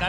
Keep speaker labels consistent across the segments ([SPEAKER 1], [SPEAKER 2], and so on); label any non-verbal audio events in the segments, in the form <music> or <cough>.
[SPEAKER 1] The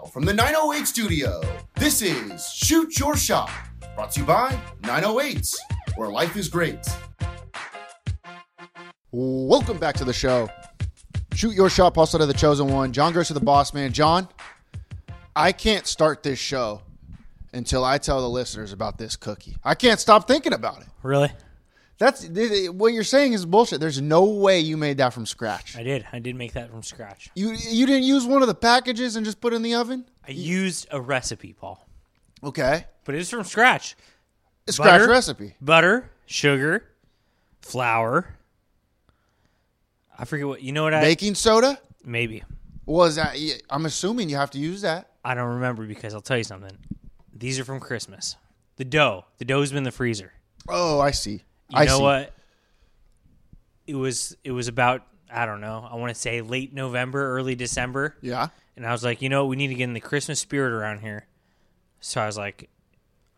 [SPEAKER 2] from the 908 studio, this is Shoot Your Shot, brought to you by 908, where life is great.
[SPEAKER 3] Welcome back to the show. Shoot your shot, Paul Soto, the chosen one. John goes to the boss man. John, I can't start this show until I tell the listeners about this cookie. I can't stop thinking about it.
[SPEAKER 4] Really?
[SPEAKER 3] That's th- th- what you're saying is bullshit. There's no way you made that from scratch.
[SPEAKER 4] I did. I did make that from scratch.
[SPEAKER 3] You you didn't use one of the packages and just put it in the oven.
[SPEAKER 4] I used a recipe, Paul,
[SPEAKER 3] Okay,
[SPEAKER 4] but it was from scratch.
[SPEAKER 3] scratch
[SPEAKER 4] Butter?
[SPEAKER 3] recipe.
[SPEAKER 4] Butter, sugar, flour. I forget what you know what I
[SPEAKER 3] Baking soda
[SPEAKER 4] maybe.
[SPEAKER 3] was that? I'm assuming you have to use that.
[SPEAKER 4] I don't remember because I'll tell you something. These are from Christmas. The dough. The dough's been in the freezer.
[SPEAKER 3] Oh, I see.
[SPEAKER 4] You
[SPEAKER 3] I
[SPEAKER 4] know
[SPEAKER 3] see.
[SPEAKER 4] what? It was it was about I don't know. I want to say late November, early December.
[SPEAKER 3] Yeah.
[SPEAKER 4] And I was like, you know, we need to get in the Christmas spirit around here. So I was like,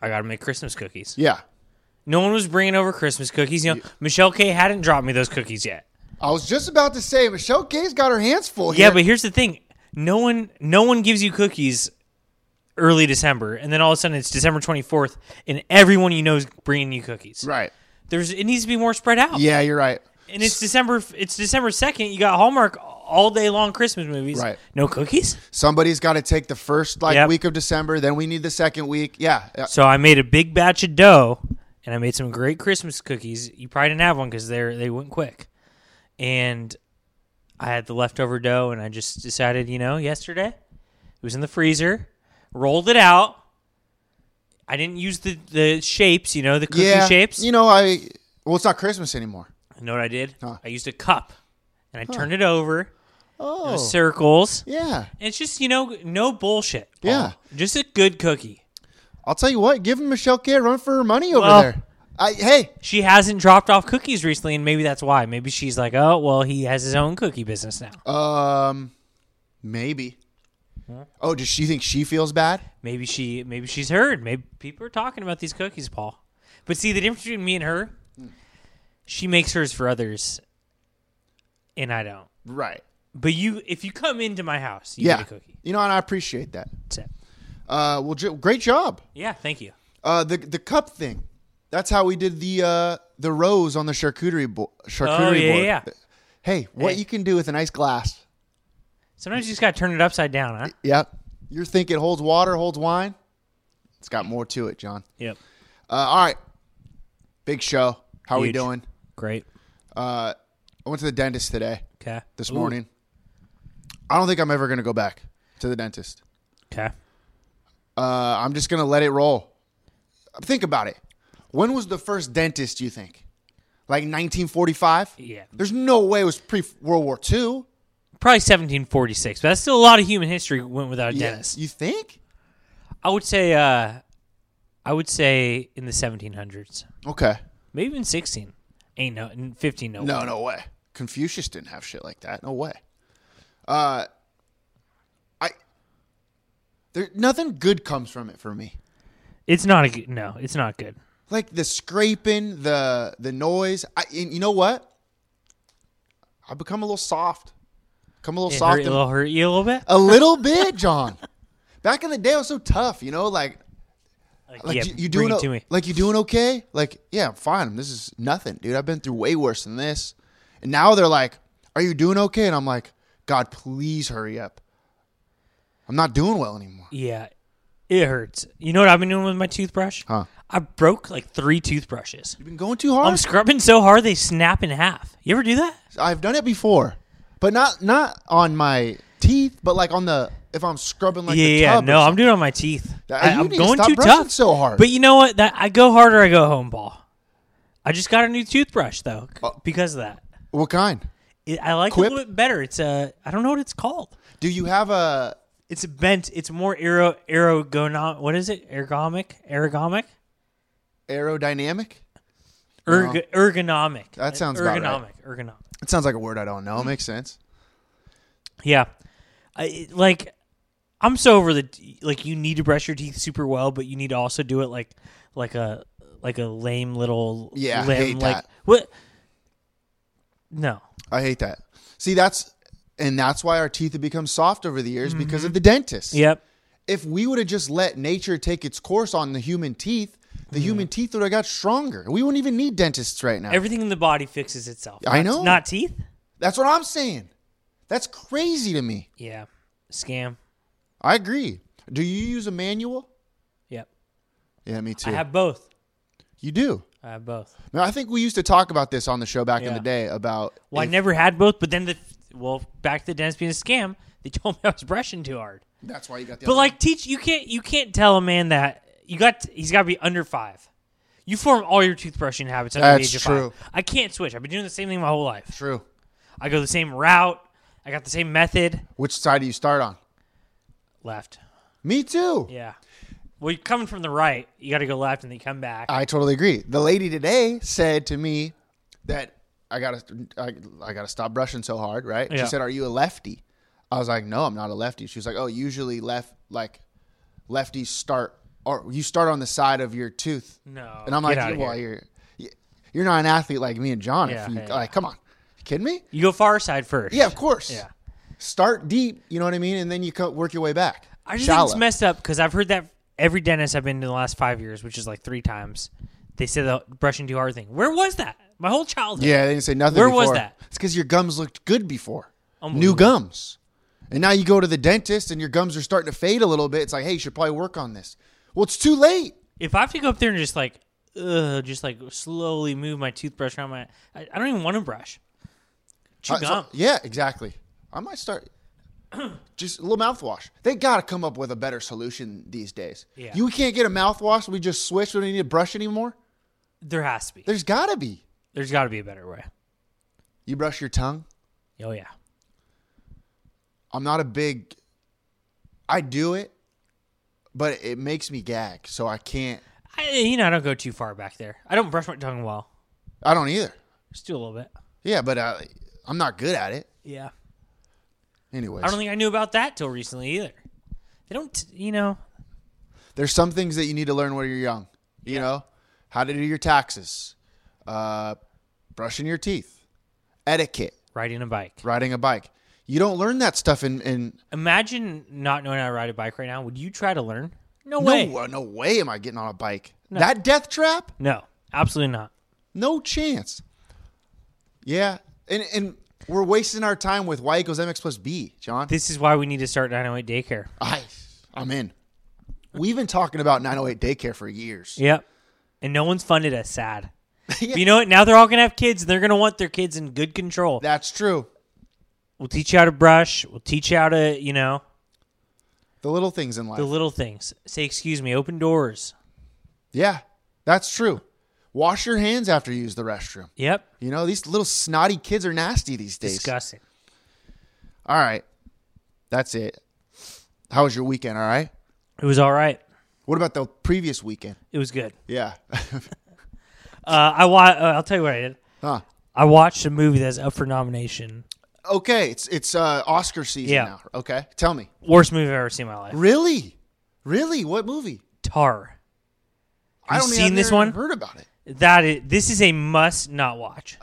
[SPEAKER 4] I got to make Christmas cookies.
[SPEAKER 3] Yeah.
[SPEAKER 4] No one was bringing over Christmas cookies. You know, Michelle K hadn't dropped me those cookies yet.
[SPEAKER 3] I was just about to say Michelle Kay's got her hands full.
[SPEAKER 4] Yeah,
[SPEAKER 3] here.
[SPEAKER 4] but here's the thing: no one, no one gives you cookies early December, and then all of a sudden it's December 24th, and everyone you know is bringing you cookies.
[SPEAKER 3] right.
[SPEAKER 4] There's it needs to be more spread out.
[SPEAKER 3] Yeah, you're right.
[SPEAKER 4] and it's December. It's December 2nd. You got Hallmark all day long Christmas movies.
[SPEAKER 3] Right.
[SPEAKER 4] No cookies.
[SPEAKER 3] Somebody's got to take the first like
[SPEAKER 4] Yep.
[SPEAKER 3] week of December. Then we need the second week. Yeah, Uh, yeah.
[SPEAKER 4] So I made a big batch of dough, and I made some great Christmas cookies. You probably didn't have one because they they went quick, and I had the leftover dough, and I just decided, you know, yesterday it was in the freezer, rolled it out. I didn't use the the shapes, you know, the cookie
[SPEAKER 3] yeah.
[SPEAKER 4] shapes.
[SPEAKER 3] You know, I well, it's not Christmas anymore.
[SPEAKER 4] You know what I did?
[SPEAKER 3] Huh.
[SPEAKER 4] I used a cup, and I turned it over.
[SPEAKER 3] Oh,
[SPEAKER 4] you know, circles.
[SPEAKER 3] yeah.
[SPEAKER 4] And It's just you know no bullshit. Paul.
[SPEAKER 3] Yeah.
[SPEAKER 4] just a good cookie.
[SPEAKER 3] I'll tell you what. Give Michelle Kay a run for her money over
[SPEAKER 4] Well-
[SPEAKER 3] there. I hey,
[SPEAKER 4] she hasn't dropped off cookies recently, and maybe that's why. Maybe she's like, oh, well, he has his own cookie business now.
[SPEAKER 3] um, maybe. Oh, does she think she feels bad?
[SPEAKER 4] Maybe she, maybe she's heard. Maybe people are talking about these cookies, Paul. But see, the difference between me and her,
[SPEAKER 3] Hmm.
[SPEAKER 4] she makes hers for others, and I don't.
[SPEAKER 3] Right.
[SPEAKER 4] But you, if you come into my house, you
[SPEAKER 3] Yeah.
[SPEAKER 4] get a cookie.
[SPEAKER 3] You know, and I appreciate that.
[SPEAKER 4] That's it.
[SPEAKER 3] Uh, well, j- great job.
[SPEAKER 4] Yeah, thank you.
[SPEAKER 3] Uh, the the cup thing. That's how we did the uh the rose on the charcuterie, bo- charcuterie
[SPEAKER 4] Oh yeah,
[SPEAKER 3] board.
[SPEAKER 4] yeah. yeah.
[SPEAKER 3] Hey, what
[SPEAKER 4] Hey.
[SPEAKER 3] you can do with a nice glass?
[SPEAKER 4] Sometimes you just gotta turn it upside down, huh?
[SPEAKER 3] Yep. You're thinking holds water, holds wine. It's got more to it, John.
[SPEAKER 4] Yep.
[SPEAKER 3] Uh, all right. Big show. How we
[SPEAKER 4] Huge.
[SPEAKER 3] doing?
[SPEAKER 4] Great.
[SPEAKER 3] I went to the dentist today,
[SPEAKER 4] Okay.
[SPEAKER 3] this morning. I don't think I'm ever going to go back to the dentist.
[SPEAKER 4] Okay.
[SPEAKER 3] Uh, I'm just going to let it roll. Think about it. When was the first dentist, you think? Like 1945?
[SPEAKER 4] Yeah.
[SPEAKER 3] There's no way it was pre World War II.
[SPEAKER 4] Probably 1746, but that's still a lot of human history went without a dentist.
[SPEAKER 3] You think?
[SPEAKER 4] I would say, uh, I would say in the 1700s,
[SPEAKER 3] Okay.
[SPEAKER 4] maybe even 16. Ain't no, in 15, no.
[SPEAKER 3] No,
[SPEAKER 4] way.
[SPEAKER 3] no way. Confucius didn't have shit like that. No way. Uh, I there nothing good comes from it for me.
[SPEAKER 4] It's not a good, no, it's not good.
[SPEAKER 3] Like the scraping, the the noise. I and you know what? I become a little soft. Become a little
[SPEAKER 4] It
[SPEAKER 3] soft.
[SPEAKER 4] hurt,
[SPEAKER 3] and-
[SPEAKER 4] it'll hurt you a little bit.
[SPEAKER 3] a little bit, John. Back in the day, I was so tough. You know, like
[SPEAKER 4] Like,
[SPEAKER 3] Uh, like
[SPEAKER 4] yeah,
[SPEAKER 3] you, you
[SPEAKER 4] bring
[SPEAKER 3] doing
[SPEAKER 4] it
[SPEAKER 3] o-
[SPEAKER 4] to me.
[SPEAKER 3] like you doing okay? Like yeah, I'm fine. This is nothing, dude. I've been through way worse than this. And now they're like, "Are you doing okay?" And I'm like, "God, please hurry up. I'm not doing well anymore."
[SPEAKER 4] Yeah, it hurts. You know what I've been doing with my toothbrush?
[SPEAKER 3] Huh.
[SPEAKER 4] I broke like three toothbrushes.
[SPEAKER 3] You've been going too
[SPEAKER 4] I'm
[SPEAKER 3] hard.
[SPEAKER 4] scrubbing so hard they snap in half. You ever do that?
[SPEAKER 3] I've done it before, but not not on my teeth, but like on the if I'm scrubbing like
[SPEAKER 4] yeah,
[SPEAKER 3] the
[SPEAKER 4] yeah.
[SPEAKER 3] tub. or
[SPEAKER 4] No, I'm
[SPEAKER 3] something.
[SPEAKER 4] doing it on my teeth.
[SPEAKER 3] Uh,
[SPEAKER 4] I,
[SPEAKER 3] you
[SPEAKER 4] am
[SPEAKER 3] need to
[SPEAKER 4] going
[SPEAKER 3] stop
[SPEAKER 4] too
[SPEAKER 3] brushing
[SPEAKER 4] tough.
[SPEAKER 3] so hard.
[SPEAKER 4] But you know what? That I go harder, I go home, ball. I just got a new toothbrush though c-
[SPEAKER 3] Oh.
[SPEAKER 4] because of that.
[SPEAKER 3] what kind?
[SPEAKER 4] It, I like
[SPEAKER 3] Quip?
[SPEAKER 4] it a little bit better. It's a I don't know what it's called.
[SPEAKER 3] Do you have a?
[SPEAKER 4] It's bent. It's more aero aerogonom. What is it? Ergonomic. Ergonomic.
[SPEAKER 3] Aerodynamic?
[SPEAKER 4] Erg- Ergonomic.
[SPEAKER 3] That sounds
[SPEAKER 4] ergonomic.
[SPEAKER 3] about right.
[SPEAKER 4] Ergonomic.
[SPEAKER 3] It sounds like a word I don't know. It makes sense.
[SPEAKER 4] Yeah. I, it- like, I'm so over the like. You need to brush your teeth super well, but you need to also do it like like a like a lame little
[SPEAKER 3] Yeah, I
[SPEAKER 4] limb.
[SPEAKER 3] hate
[SPEAKER 4] like
[SPEAKER 3] that.
[SPEAKER 4] what? No.
[SPEAKER 3] I hate that. See, that's and that's why our teeth have become soft over the years because of the dentist.
[SPEAKER 4] Yep.
[SPEAKER 3] If we would have just let nature take its course on the human teeth, the
[SPEAKER 4] Mm-hmm.
[SPEAKER 3] human teeth would have got stronger. We wouldn't even need dentists right now.
[SPEAKER 4] Everything in the body fixes itself.
[SPEAKER 3] I
[SPEAKER 4] Not-
[SPEAKER 3] know.
[SPEAKER 4] Not teeth.
[SPEAKER 3] that's what I'm saying. That's crazy to me.
[SPEAKER 4] Yeah. Scam.
[SPEAKER 3] I agree. Do you use a manual?
[SPEAKER 4] Yep.
[SPEAKER 3] Yeah, me too.
[SPEAKER 4] I have both.
[SPEAKER 3] you do.
[SPEAKER 4] I have both.
[SPEAKER 3] Now, I think we used to talk about this on the show back in
[SPEAKER 4] Yeah.
[SPEAKER 3] the day about
[SPEAKER 4] Well, I
[SPEAKER 3] if-
[SPEAKER 4] never had both, but then the well, back to the dentist being a scam. They <laughs> told me I was brushing too hard.
[SPEAKER 3] That's why you got the
[SPEAKER 4] But
[SPEAKER 3] other-
[SPEAKER 4] like, teach you can't you can't tell a man that you got he's got to be under five. You form all your toothbrushing habits under
[SPEAKER 3] That's
[SPEAKER 4] the age of
[SPEAKER 3] true.
[SPEAKER 4] five. I can't switch. I've been doing the same thing my whole life.
[SPEAKER 3] true.
[SPEAKER 4] I go the same route. I got the same method.
[SPEAKER 3] Which side do you start on?
[SPEAKER 4] Left.
[SPEAKER 3] Me too.
[SPEAKER 4] Yeah. Well, you're coming from the right. You got to go left and then you come back.
[SPEAKER 3] I totally agree. The lady today said to me that I gotta I, I gotta stop brushing so hard, right?
[SPEAKER 4] Yeah.
[SPEAKER 3] She said, "Are you a lefty?" I was like, "No, I'm not a lefty." She was like, "Oh, usually left like lefties start or you start on the side of your tooth."
[SPEAKER 4] No,
[SPEAKER 3] and I'm
[SPEAKER 4] get
[SPEAKER 3] like,
[SPEAKER 4] outta
[SPEAKER 3] "Well,
[SPEAKER 4] here."
[SPEAKER 3] you're you- you're not an athlete like me and John.
[SPEAKER 4] Yeah,
[SPEAKER 3] if you,
[SPEAKER 4] yeah,
[SPEAKER 3] like, come on, you kidding me?
[SPEAKER 4] you go far side first.
[SPEAKER 3] Yeah, of course.
[SPEAKER 4] Yeah.
[SPEAKER 3] Start deep, you know what I mean, and then you co- work your way back.
[SPEAKER 4] I just
[SPEAKER 3] Shallow.
[SPEAKER 4] think it's messed up because I've heard that every dentist I've been to in the last five years, which is like three times, they say the brushing too hard thing. Where was that? My whole childhood.
[SPEAKER 3] Yeah, they didn't say nothing.
[SPEAKER 4] Where
[SPEAKER 3] before.
[SPEAKER 4] was that?
[SPEAKER 3] It's because your gums looked good before. New gums, and now you go to the dentist and your gums are starting to fade a little bit. It's like, hey, you should probably work on this. Well, it's too late.
[SPEAKER 4] If I have to go up there and just like, ugh, just like slowly move my toothbrush around my, I, I don't even want to brush. Chew
[SPEAKER 3] Uh, so-
[SPEAKER 4] gum.
[SPEAKER 3] yeah, exactly. I might
[SPEAKER 4] <clears throat>
[SPEAKER 3] start just a little mouthwash. They got to come up with a better solution these days.
[SPEAKER 4] Yeah.
[SPEAKER 3] You can't get a mouthwash. We just switch. We don't need to brush anymore.
[SPEAKER 4] There has to be.
[SPEAKER 3] There's got to be.
[SPEAKER 4] There's got to be a better way.
[SPEAKER 3] You brush your tongue.
[SPEAKER 4] Oh yeah.
[SPEAKER 3] I'm not a big. I do it, but it makes me gag, so I can't.
[SPEAKER 4] I, you know, I don't go too far back there. I don't brush my tongue well.
[SPEAKER 3] I don't either.
[SPEAKER 4] Just do a little bit.
[SPEAKER 3] Yeah, but I, I'm not good at it.
[SPEAKER 4] Yeah.
[SPEAKER 3] Anyways,
[SPEAKER 4] I don't think I knew about that till recently either. They don't, you know.
[SPEAKER 3] there's some things that you need to learn when you're young. You know, how to do your taxes, uh, brushing your teeth, etiquette,
[SPEAKER 4] Riding a bike.
[SPEAKER 3] riding a bike. You don't learn that stuff in. in
[SPEAKER 4] Imagine not knowing how to ride a bike right now. Would you try to learn? No
[SPEAKER 3] no,
[SPEAKER 4] way.
[SPEAKER 3] uh, no way am I getting on a bike. That death trap?
[SPEAKER 4] No, absolutely not.
[SPEAKER 3] No chance. Yeah, and and we're wasting our time with y equals mx plus b, John.
[SPEAKER 4] This is why we need to start 908 daycare.
[SPEAKER 3] I, I'm in. We've been talking about 908 daycare for years.
[SPEAKER 4] Yep. And no one's funded us. Sad. But you know what? Now they're all gonna have kids, and they're gonna want their kids in good control.
[SPEAKER 3] That's true.
[SPEAKER 4] we'll teach you how to brush. We'll teach you how to, you know,
[SPEAKER 3] The little things in life.
[SPEAKER 4] the little things. Say, excuse me, open doors.
[SPEAKER 3] yeah, that's true. Wash your hands after you use the restroom.
[SPEAKER 4] Yep.
[SPEAKER 3] You know, these little snotty kids are nasty these days.
[SPEAKER 4] Disgusting.
[SPEAKER 3] All right. That's it. How was your weekend? All right.
[SPEAKER 4] It was all right.
[SPEAKER 3] What about the previous weekend?
[SPEAKER 4] It was good.
[SPEAKER 3] Yeah. <laughs>
[SPEAKER 4] Uh, I wa- uh, I'll tell you what I did.
[SPEAKER 3] huh.
[SPEAKER 4] I watched a movie that's up for nomination.
[SPEAKER 3] Okay. It's it's uh, Oscar season
[SPEAKER 4] Yeah.
[SPEAKER 3] now. Okay. Tell me.
[SPEAKER 4] Worst movie I've ever seen in my life.
[SPEAKER 3] Really? Really? What movie?
[SPEAKER 4] Tar.
[SPEAKER 3] I
[SPEAKER 4] You
[SPEAKER 3] don't
[SPEAKER 4] seen
[SPEAKER 3] I've
[SPEAKER 4] this
[SPEAKER 3] never
[SPEAKER 4] one?
[SPEAKER 3] Heard about it?
[SPEAKER 4] That is, this is a must
[SPEAKER 3] <laughs>
[SPEAKER 4] not watch.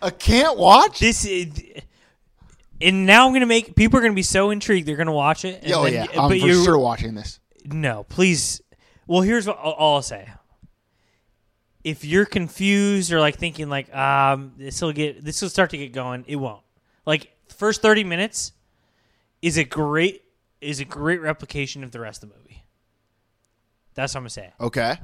[SPEAKER 3] A can't watch.
[SPEAKER 4] This is, and now I'm gonna make people are gonna be so intrigued they're gonna watch it. and
[SPEAKER 3] Oh
[SPEAKER 4] then-
[SPEAKER 3] yeah, I'm
[SPEAKER 4] but
[SPEAKER 3] for
[SPEAKER 4] you-
[SPEAKER 3] sure watching this.
[SPEAKER 4] No, please. Well, here's what all all I'll say. If you're confused or like thinking like um this will get this will start to get going, it won't. Like first 30 minutes is a great is a great replication of the rest of the movie. That's what I'm gonna say.
[SPEAKER 3] Okay.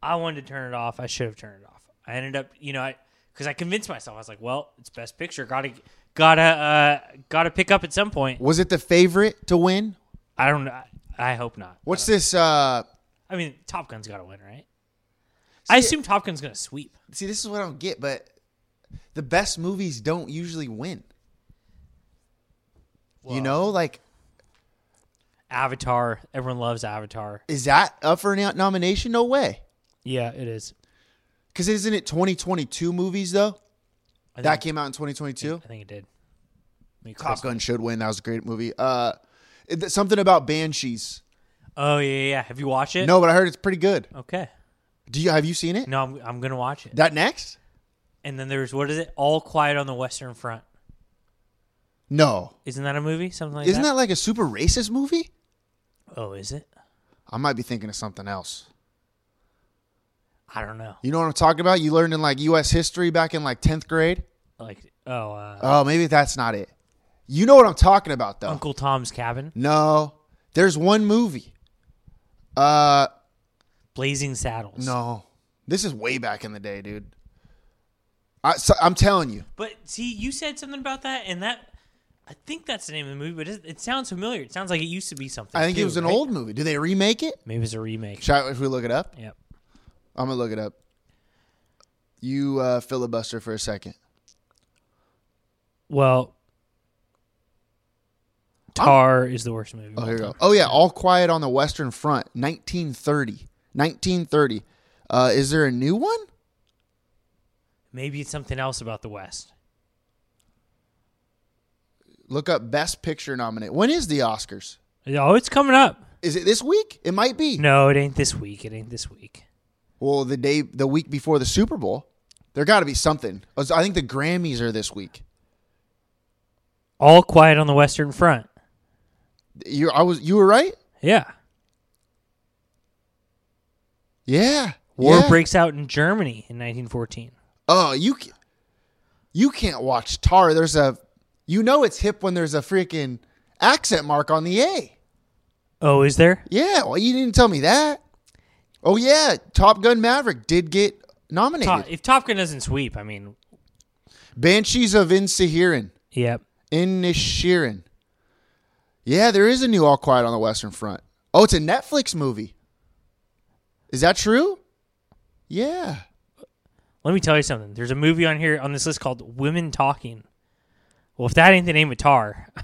[SPEAKER 4] I wanted to turn it off. I should have turned it off. I ended up, you know, I because I convinced myself. I was like, well, it's best picture. Gotta, gotta, uh, gotta pick up at some point.
[SPEAKER 3] Was it the favorite to win?
[SPEAKER 4] I don't. I, I hope not.
[SPEAKER 3] What's this? Uh,
[SPEAKER 4] I mean, Top Gun's gotta win, right? I assume Top Gun's gonna sweep.
[SPEAKER 3] see, this is what I don't get. But the best movies don't usually win. You know, like
[SPEAKER 4] Avatar. Everyone loves Avatar.
[SPEAKER 3] Is that up for a no- nomination? No way.
[SPEAKER 4] Yeah, it is.
[SPEAKER 3] Because isn't it 2022 movies though?
[SPEAKER 4] I
[SPEAKER 3] That
[SPEAKER 4] think-
[SPEAKER 3] came out in 2022.
[SPEAKER 4] I think it did. Let me
[SPEAKER 3] Top
[SPEAKER 4] close-
[SPEAKER 3] Gun should win. That was a great movie. Uh, it- something about banshees.
[SPEAKER 4] Oh yeah, yeah, yeah. Have you watched it?
[SPEAKER 3] No, but I heard it's pretty good.
[SPEAKER 4] Okay.
[SPEAKER 3] Do you have you seen it?
[SPEAKER 4] No, I'm, I'm gonna watch it.
[SPEAKER 3] That next?
[SPEAKER 4] And then there's what is it? All Quiet on the Western Front.
[SPEAKER 3] No.
[SPEAKER 4] Isn't that a movie? Something like
[SPEAKER 3] Isn't that
[SPEAKER 4] that.
[SPEAKER 3] like a super racist movie?
[SPEAKER 4] oh, is it?
[SPEAKER 3] I might be thinking of something else.
[SPEAKER 4] I don't know.
[SPEAKER 3] You know what I'm talking about? You learned in like U.S. history back in like 10th grade.
[SPEAKER 4] Like oh, uh,
[SPEAKER 3] Oh, maybe that's not it. You know what I'm talking about though.
[SPEAKER 4] Uncle Tom's Cabin,
[SPEAKER 3] No, there's one movie. Uh,
[SPEAKER 4] Blazing Saddles.
[SPEAKER 3] no, this is way back in the day, dude. I, so, I'm telling you,
[SPEAKER 4] But see, you said something about that, and that I think that's the name of the movie. But it, it sounds familiar. It sounds like it used to be something.
[SPEAKER 3] I think it
[SPEAKER 4] too,
[SPEAKER 3] was an
[SPEAKER 4] right?
[SPEAKER 3] old movie. Do they remake it?
[SPEAKER 4] Maybe it's a remake.
[SPEAKER 3] Should I, if we look it up,
[SPEAKER 4] Yep.
[SPEAKER 3] I'm gonna look it up. You uh, filibuster for a second.
[SPEAKER 4] Well, Tar is the worst movie. of
[SPEAKER 3] Oh,
[SPEAKER 4] all
[SPEAKER 3] here we go.
[SPEAKER 4] time.
[SPEAKER 3] Oh yeah, All Quiet on the Western Front, 1930. 1930. Uh, is there a new one?
[SPEAKER 4] Maybe it's something else about the West.
[SPEAKER 3] Look up Best Picture nominate. When is the Oscars?
[SPEAKER 4] Oh, it's coming up.
[SPEAKER 3] Is it this week? It might be.
[SPEAKER 4] No, it ain't this week. It ain't this week.
[SPEAKER 3] Well, the day, the week before the Super Bowl, there got to be something. I was- I think the Grammys are this week.
[SPEAKER 4] All Quiet on the Western Front.
[SPEAKER 3] You, I was, you were right.
[SPEAKER 4] Yeah.
[SPEAKER 3] Yeah.
[SPEAKER 4] War
[SPEAKER 3] yeah.
[SPEAKER 4] breaks out in Germany in 1914.
[SPEAKER 3] Oh, you, ca- you can't watch Tar. There's a, you know, it's hip when there's a freaking accent mark on the A.
[SPEAKER 4] Oh, is there?
[SPEAKER 3] Yeah. Well, you didn't tell me that. Oh yeah, Top Gun Maverick did get nominated.
[SPEAKER 4] Top, if Top Gun doesn't sweep, I mean,
[SPEAKER 3] Banshees of Inisherin.
[SPEAKER 4] yep.
[SPEAKER 3] Inisherin. Yeah, there is a new All Quiet on the Western Front. Oh, it's a Netflix movie. Is that true? Yeah.
[SPEAKER 4] Let me tell you something. There's a movie on here on this list called Women Talking. Well, if that ain't the name of Tar, <laughs>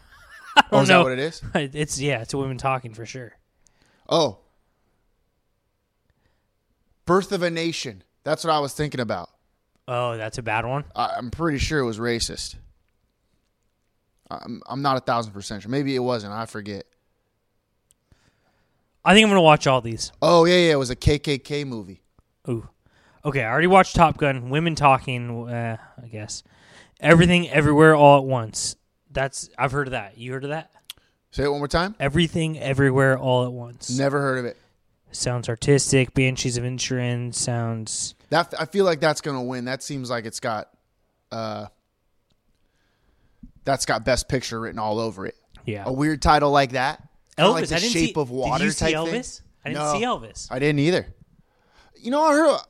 [SPEAKER 3] Oh, is that
[SPEAKER 4] no.
[SPEAKER 3] what it is?
[SPEAKER 4] it's yeah, it's a Women Talking for sure.
[SPEAKER 3] Oh. Birth of a Nation. That's what I was thinking about.
[SPEAKER 4] Oh, that's a bad one.
[SPEAKER 3] I, I'm pretty sure it was racist. I'm, I'm not a thousand percent sure. Maybe it wasn't. I forget.
[SPEAKER 4] I think I'm gonna watch all these.
[SPEAKER 3] Oh, yeah, yeah. It was a KKK movie.
[SPEAKER 4] Ooh. Okay, I already watched Top Gun, Women Talking, uh, I guess. Everything Everywhere All at Once. That's I've heard of that. You heard of that?
[SPEAKER 3] Say it one more time.
[SPEAKER 4] Everything Everywhere All at Once.
[SPEAKER 3] Never heard of it.
[SPEAKER 4] Sounds artistic, Banshees of Insurance sounds
[SPEAKER 3] That I feel like that's gonna win. That seems like it's got, uh, that's got best picture written all over it.
[SPEAKER 4] yeah.
[SPEAKER 3] A weird title like that. Kinda
[SPEAKER 4] Elvis,
[SPEAKER 3] like the
[SPEAKER 4] I didn't
[SPEAKER 3] Shape
[SPEAKER 4] see,
[SPEAKER 3] of Water
[SPEAKER 4] did you see
[SPEAKER 3] type thing.
[SPEAKER 4] Elvis? I didn't
[SPEAKER 3] No.
[SPEAKER 4] see Elvis.
[SPEAKER 3] I didn't either. You know, I heard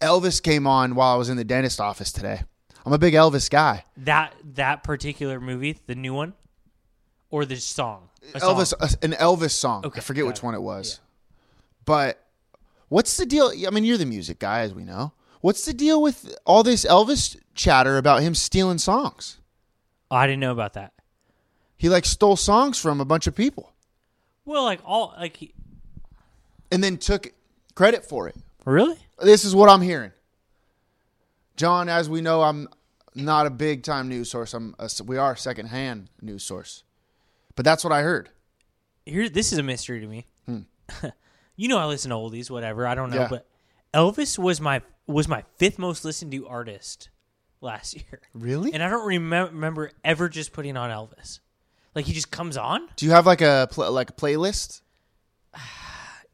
[SPEAKER 3] Elvis came on while I was in the dentist office today. I'm a big Elvis guy.
[SPEAKER 4] That that particular movie, the new one, or the song. A song.
[SPEAKER 3] Elvis, uh, an Elvis song. I
[SPEAKER 4] Okay,
[SPEAKER 3] forget
[SPEAKER 4] got
[SPEAKER 3] which
[SPEAKER 4] it.
[SPEAKER 3] one it was. But what's the deal? I mean, you're the music guy, as we know. What's the deal with all this Elvis chatter about him stealing songs?
[SPEAKER 4] Oh, I didn't know about that.
[SPEAKER 3] He like stole songs from a bunch of people
[SPEAKER 4] Well, like all like he-
[SPEAKER 3] and then took credit for it.
[SPEAKER 4] really?
[SPEAKER 3] This is what I'm hearing. John, as we know, I'm not a big time news source. I'm a, we are a secondhand news source, but that's what I heard.
[SPEAKER 4] Here, this is a mystery to me. <laughs> you know, I listen to oldies, whatever. I don't know,
[SPEAKER 3] Hmm. Yeah.
[SPEAKER 4] but Elvis was my was my fifth most listened to artist last year, <laughs>
[SPEAKER 3] Really?
[SPEAKER 4] and I don't remem- remember ever just putting on Elvis. Like he just comes on.
[SPEAKER 3] Do you have like a pl- like a playlist?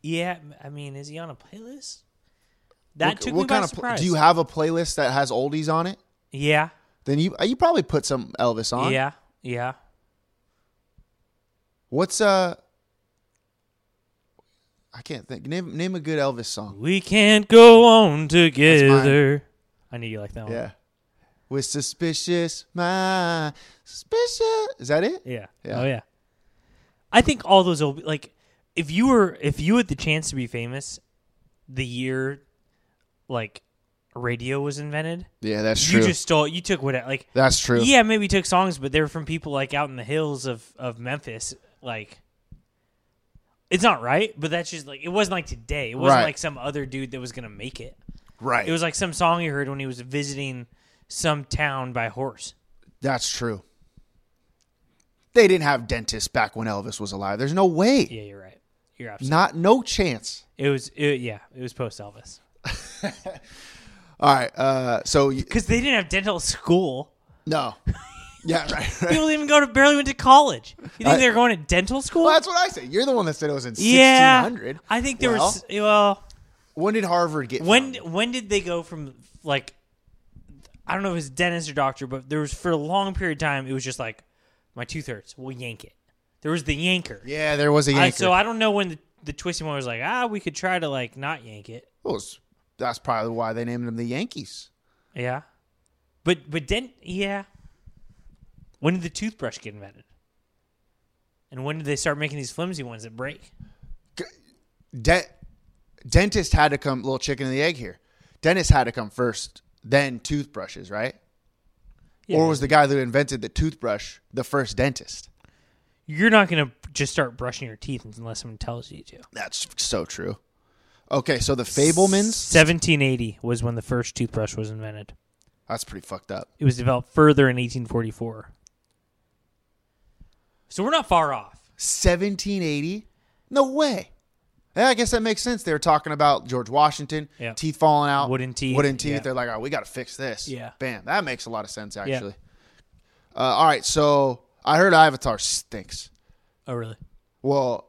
[SPEAKER 4] Yeah, I mean, is he on a playlist? That
[SPEAKER 3] What-
[SPEAKER 4] took
[SPEAKER 3] what
[SPEAKER 4] me
[SPEAKER 3] kind
[SPEAKER 4] by
[SPEAKER 3] of pl-
[SPEAKER 4] surprise.
[SPEAKER 3] do you have a playlist that has oldies on it?
[SPEAKER 4] Yeah,
[SPEAKER 3] Then you you probably put some Elvis on.
[SPEAKER 4] yeah, yeah.
[SPEAKER 3] What's uh? I can't think. Name name a good Elvis song.
[SPEAKER 4] We can't go on together. I knew you like that one.
[SPEAKER 3] Yeah. With suspicious my suspicious is that it?
[SPEAKER 4] Yeah.
[SPEAKER 3] Yeah.
[SPEAKER 4] Oh yeah. I think all those will be like if you were if you had the chance to be famous the year like radio was invented,
[SPEAKER 3] Yeah, that's
[SPEAKER 4] you just stole you took what like
[SPEAKER 3] that's true.
[SPEAKER 4] yeah, maybe you took songs, but they were from people like out in the hills of, of Memphis, like It's not right, but that's just like it wasn't like today. It wasn't
[SPEAKER 3] Right.
[SPEAKER 4] like some other dude that was gonna make it.
[SPEAKER 3] Right.
[SPEAKER 4] It was like some song he heard when he was visiting some town by horse.
[SPEAKER 3] That's true. They didn't have dentists back when Elvis was alive. There's no way.
[SPEAKER 4] Yeah, you're right. You're absolutely.
[SPEAKER 3] Not no chance.
[SPEAKER 4] It was it, yeah. It was post Elvis
[SPEAKER 3] All right. Uh, so y-
[SPEAKER 4] because they didn't have dental school.
[SPEAKER 3] <laughs> no. Yeah. Right. right.
[SPEAKER 4] People didn't even go to barely went to college. You think
[SPEAKER 3] I-
[SPEAKER 4] they're going to dental school?
[SPEAKER 3] Well, that's what I say. You're the one that said it was in 1600.
[SPEAKER 4] Yeah, I think there
[SPEAKER 3] Well, Um,
[SPEAKER 4] was well.
[SPEAKER 3] When did Harvard get?
[SPEAKER 4] When
[SPEAKER 3] founded?
[SPEAKER 4] when did they go from like I don't know if it's dentist or doctor, but there was for a long period of time it was just like my tooth hurts, we'll yank it. There was the yanker.
[SPEAKER 3] Yeah, there was a
[SPEAKER 4] I,
[SPEAKER 3] Yankee.
[SPEAKER 4] so I don't know when the, the twisting one was like ah we could try to like not yank it.
[SPEAKER 3] Well, it's- that's probably why they named them the Yankees.
[SPEAKER 4] Yeah, but but dent yeah. When did the toothbrush get invented? And when did they start making these flimsy ones that break?
[SPEAKER 3] De- dentist had to come. Little chicken and the egg here. Dentist had to come first, then toothbrushes, right? Or was the guy that invented the toothbrush the first dentist?
[SPEAKER 4] You're not gonna just start brushing your teeth unless someone tells you to.
[SPEAKER 3] That's so true. Okay, so the Fablemans.
[SPEAKER 4] 1780 was when the first toothbrush was invented.
[SPEAKER 3] That's pretty fucked up.
[SPEAKER 4] It was developed further in 1844. So we're not far off.
[SPEAKER 3] 1780? No way. Yeah, I guess that makes sense. They were talking about George Washington,
[SPEAKER 4] Yeah.
[SPEAKER 3] teeth falling out,
[SPEAKER 4] Wooden teeth,
[SPEAKER 3] wooden teeth.
[SPEAKER 4] yeah.
[SPEAKER 3] They're like, oh, we got to fix this.
[SPEAKER 4] Yeah.
[SPEAKER 3] bam. That makes a lot of sense, actually. Uh, all right, so I heard Avatar stinks.
[SPEAKER 4] Oh, really?
[SPEAKER 3] Well,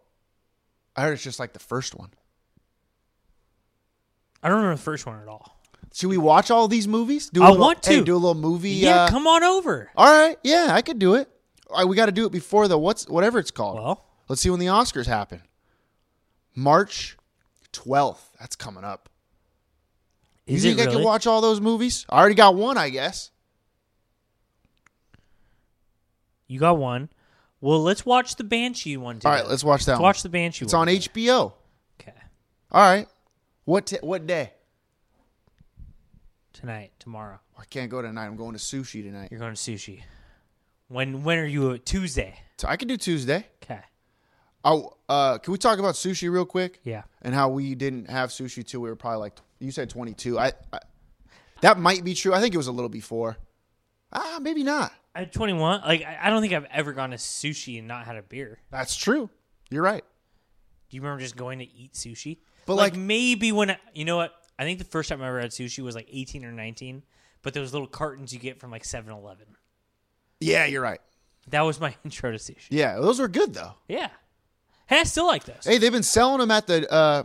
[SPEAKER 3] I heard it's just like the first one.
[SPEAKER 4] I don't remember the first one at all.
[SPEAKER 3] Should we watch all these movies? Do a
[SPEAKER 4] I
[SPEAKER 3] little-
[SPEAKER 4] want to.
[SPEAKER 3] hey, do a little movie.
[SPEAKER 4] Yeah,
[SPEAKER 3] uh,
[SPEAKER 4] come on over.
[SPEAKER 3] All right, yeah, I could do it. All right, we got to do it before the what's whatever it's called.
[SPEAKER 4] Well,
[SPEAKER 3] Let's see when the Oscars happen. March 12th. That's coming up.
[SPEAKER 4] is
[SPEAKER 3] you
[SPEAKER 4] it
[SPEAKER 3] think I
[SPEAKER 4] really?
[SPEAKER 3] can watch all those movies? I already got one, I guess.
[SPEAKER 4] you got one. Well, let's watch the Banshee one. Today.
[SPEAKER 3] All right, let's watch that
[SPEAKER 4] Let's
[SPEAKER 3] one.
[SPEAKER 4] watch the Banshee.
[SPEAKER 3] It's
[SPEAKER 4] one
[SPEAKER 3] on
[SPEAKER 4] today.
[SPEAKER 3] HBO.
[SPEAKER 4] Okay,
[SPEAKER 3] All right. What t- what day?
[SPEAKER 4] tonight, tomorrow,
[SPEAKER 3] Oh, I can't go tonight. I'm going to sushi tonight.
[SPEAKER 4] you're going to sushi. When when are you? uh, Tuesday.
[SPEAKER 3] So I could do Tuesday.
[SPEAKER 4] Okay.
[SPEAKER 3] Oh, uh, can we talk about sushi real quick?
[SPEAKER 4] Yeah.
[SPEAKER 3] And how we didn't have sushi till we were probably like you said 22. I, I that might be true. I think it was a little before. Ah, maybe not.
[SPEAKER 4] At 21, like I I don't think I've ever gone to sushi and not had a beer.
[SPEAKER 3] That's true. You're right.
[SPEAKER 4] Do you remember just going to eat sushi?
[SPEAKER 3] But, like-
[SPEAKER 4] maybe when I, you know what? I think the first time I ever had sushi was like 18 or 19, but those little cartons you get from like 7-Eleven.
[SPEAKER 3] Yeah, you're right.
[SPEAKER 4] That was my <laughs> intro to sushi.
[SPEAKER 3] Yeah, those were good though.
[SPEAKER 4] Yeah. Hey, I still like those.
[SPEAKER 3] Hey, they've been selling them at the uh,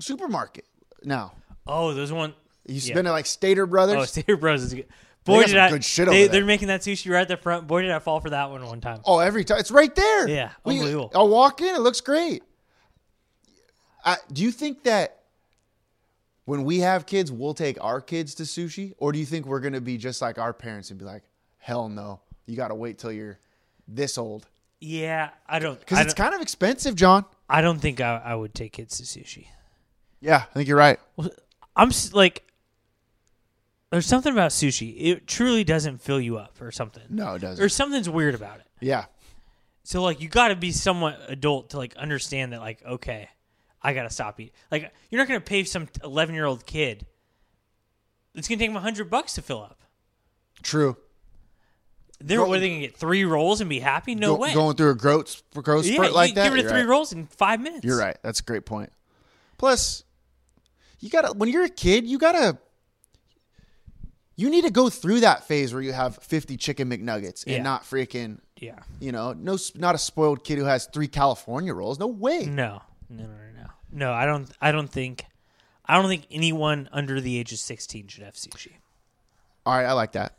[SPEAKER 3] supermarket now.
[SPEAKER 4] Oh, those one
[SPEAKER 3] You
[SPEAKER 4] Yeah.
[SPEAKER 3] spend at like Stater Brothers.
[SPEAKER 4] Oh, <laughs> Stater Bros is good. Boy,
[SPEAKER 3] got
[SPEAKER 4] did
[SPEAKER 3] some
[SPEAKER 4] I
[SPEAKER 3] good shit
[SPEAKER 4] they,
[SPEAKER 3] over there.
[SPEAKER 4] They're making that sushi right at the front. Boy, did I fall for that one one time.
[SPEAKER 3] Oh, every time it's right there.
[SPEAKER 4] Yeah,
[SPEAKER 3] We-
[SPEAKER 4] unbelievable.
[SPEAKER 3] I'll walk in. It looks great. I, do you think that when we have kids, we'll take our kids to sushi, or do you think we're gonna be just like our parents and be like, "Hell no, you gotta wait till you're this old"?
[SPEAKER 4] Yeah, I don't. I
[SPEAKER 3] Because it's
[SPEAKER 4] don't,
[SPEAKER 3] kind of expensive, John.
[SPEAKER 4] I don't think I, I would take kids to sushi.
[SPEAKER 3] Yeah, I think you're right.
[SPEAKER 4] I'm s- like, there's something about sushi. It truly doesn't fill you up or something.
[SPEAKER 3] No, it doesn't.
[SPEAKER 4] Or something's weird about it.
[SPEAKER 3] yeah,
[SPEAKER 4] So like, you got to be somewhat adult to like understand that like, okay, I gotta stop eating. Like, you're not gonna pay some 11 year old kid. It's gonna take him 100 bucks to fill up.
[SPEAKER 3] true.
[SPEAKER 4] They're what are they gonna get three rolls and be happy? No
[SPEAKER 3] Go-
[SPEAKER 4] way.
[SPEAKER 3] Going through a growth growth
[SPEAKER 4] yeah,
[SPEAKER 3] spurt like
[SPEAKER 4] you
[SPEAKER 3] that.
[SPEAKER 4] give it
[SPEAKER 3] you're
[SPEAKER 4] three
[SPEAKER 3] right.
[SPEAKER 4] rolls in five minutes.
[SPEAKER 3] You're right. That's a great point. Plus, you gotta when you're a kid, you gotta you need to go through that phase where you have 50 chicken McNuggets
[SPEAKER 4] Yeah.
[SPEAKER 3] and not freaking,
[SPEAKER 4] Yeah.
[SPEAKER 3] you know, no, s- not a spoiled kid who has three California rolls. No way.
[SPEAKER 4] No. No. No. No. No. No. I don't. I don't think. I don't think anyone under the age of 16 should have sushi.
[SPEAKER 3] All right, I like that.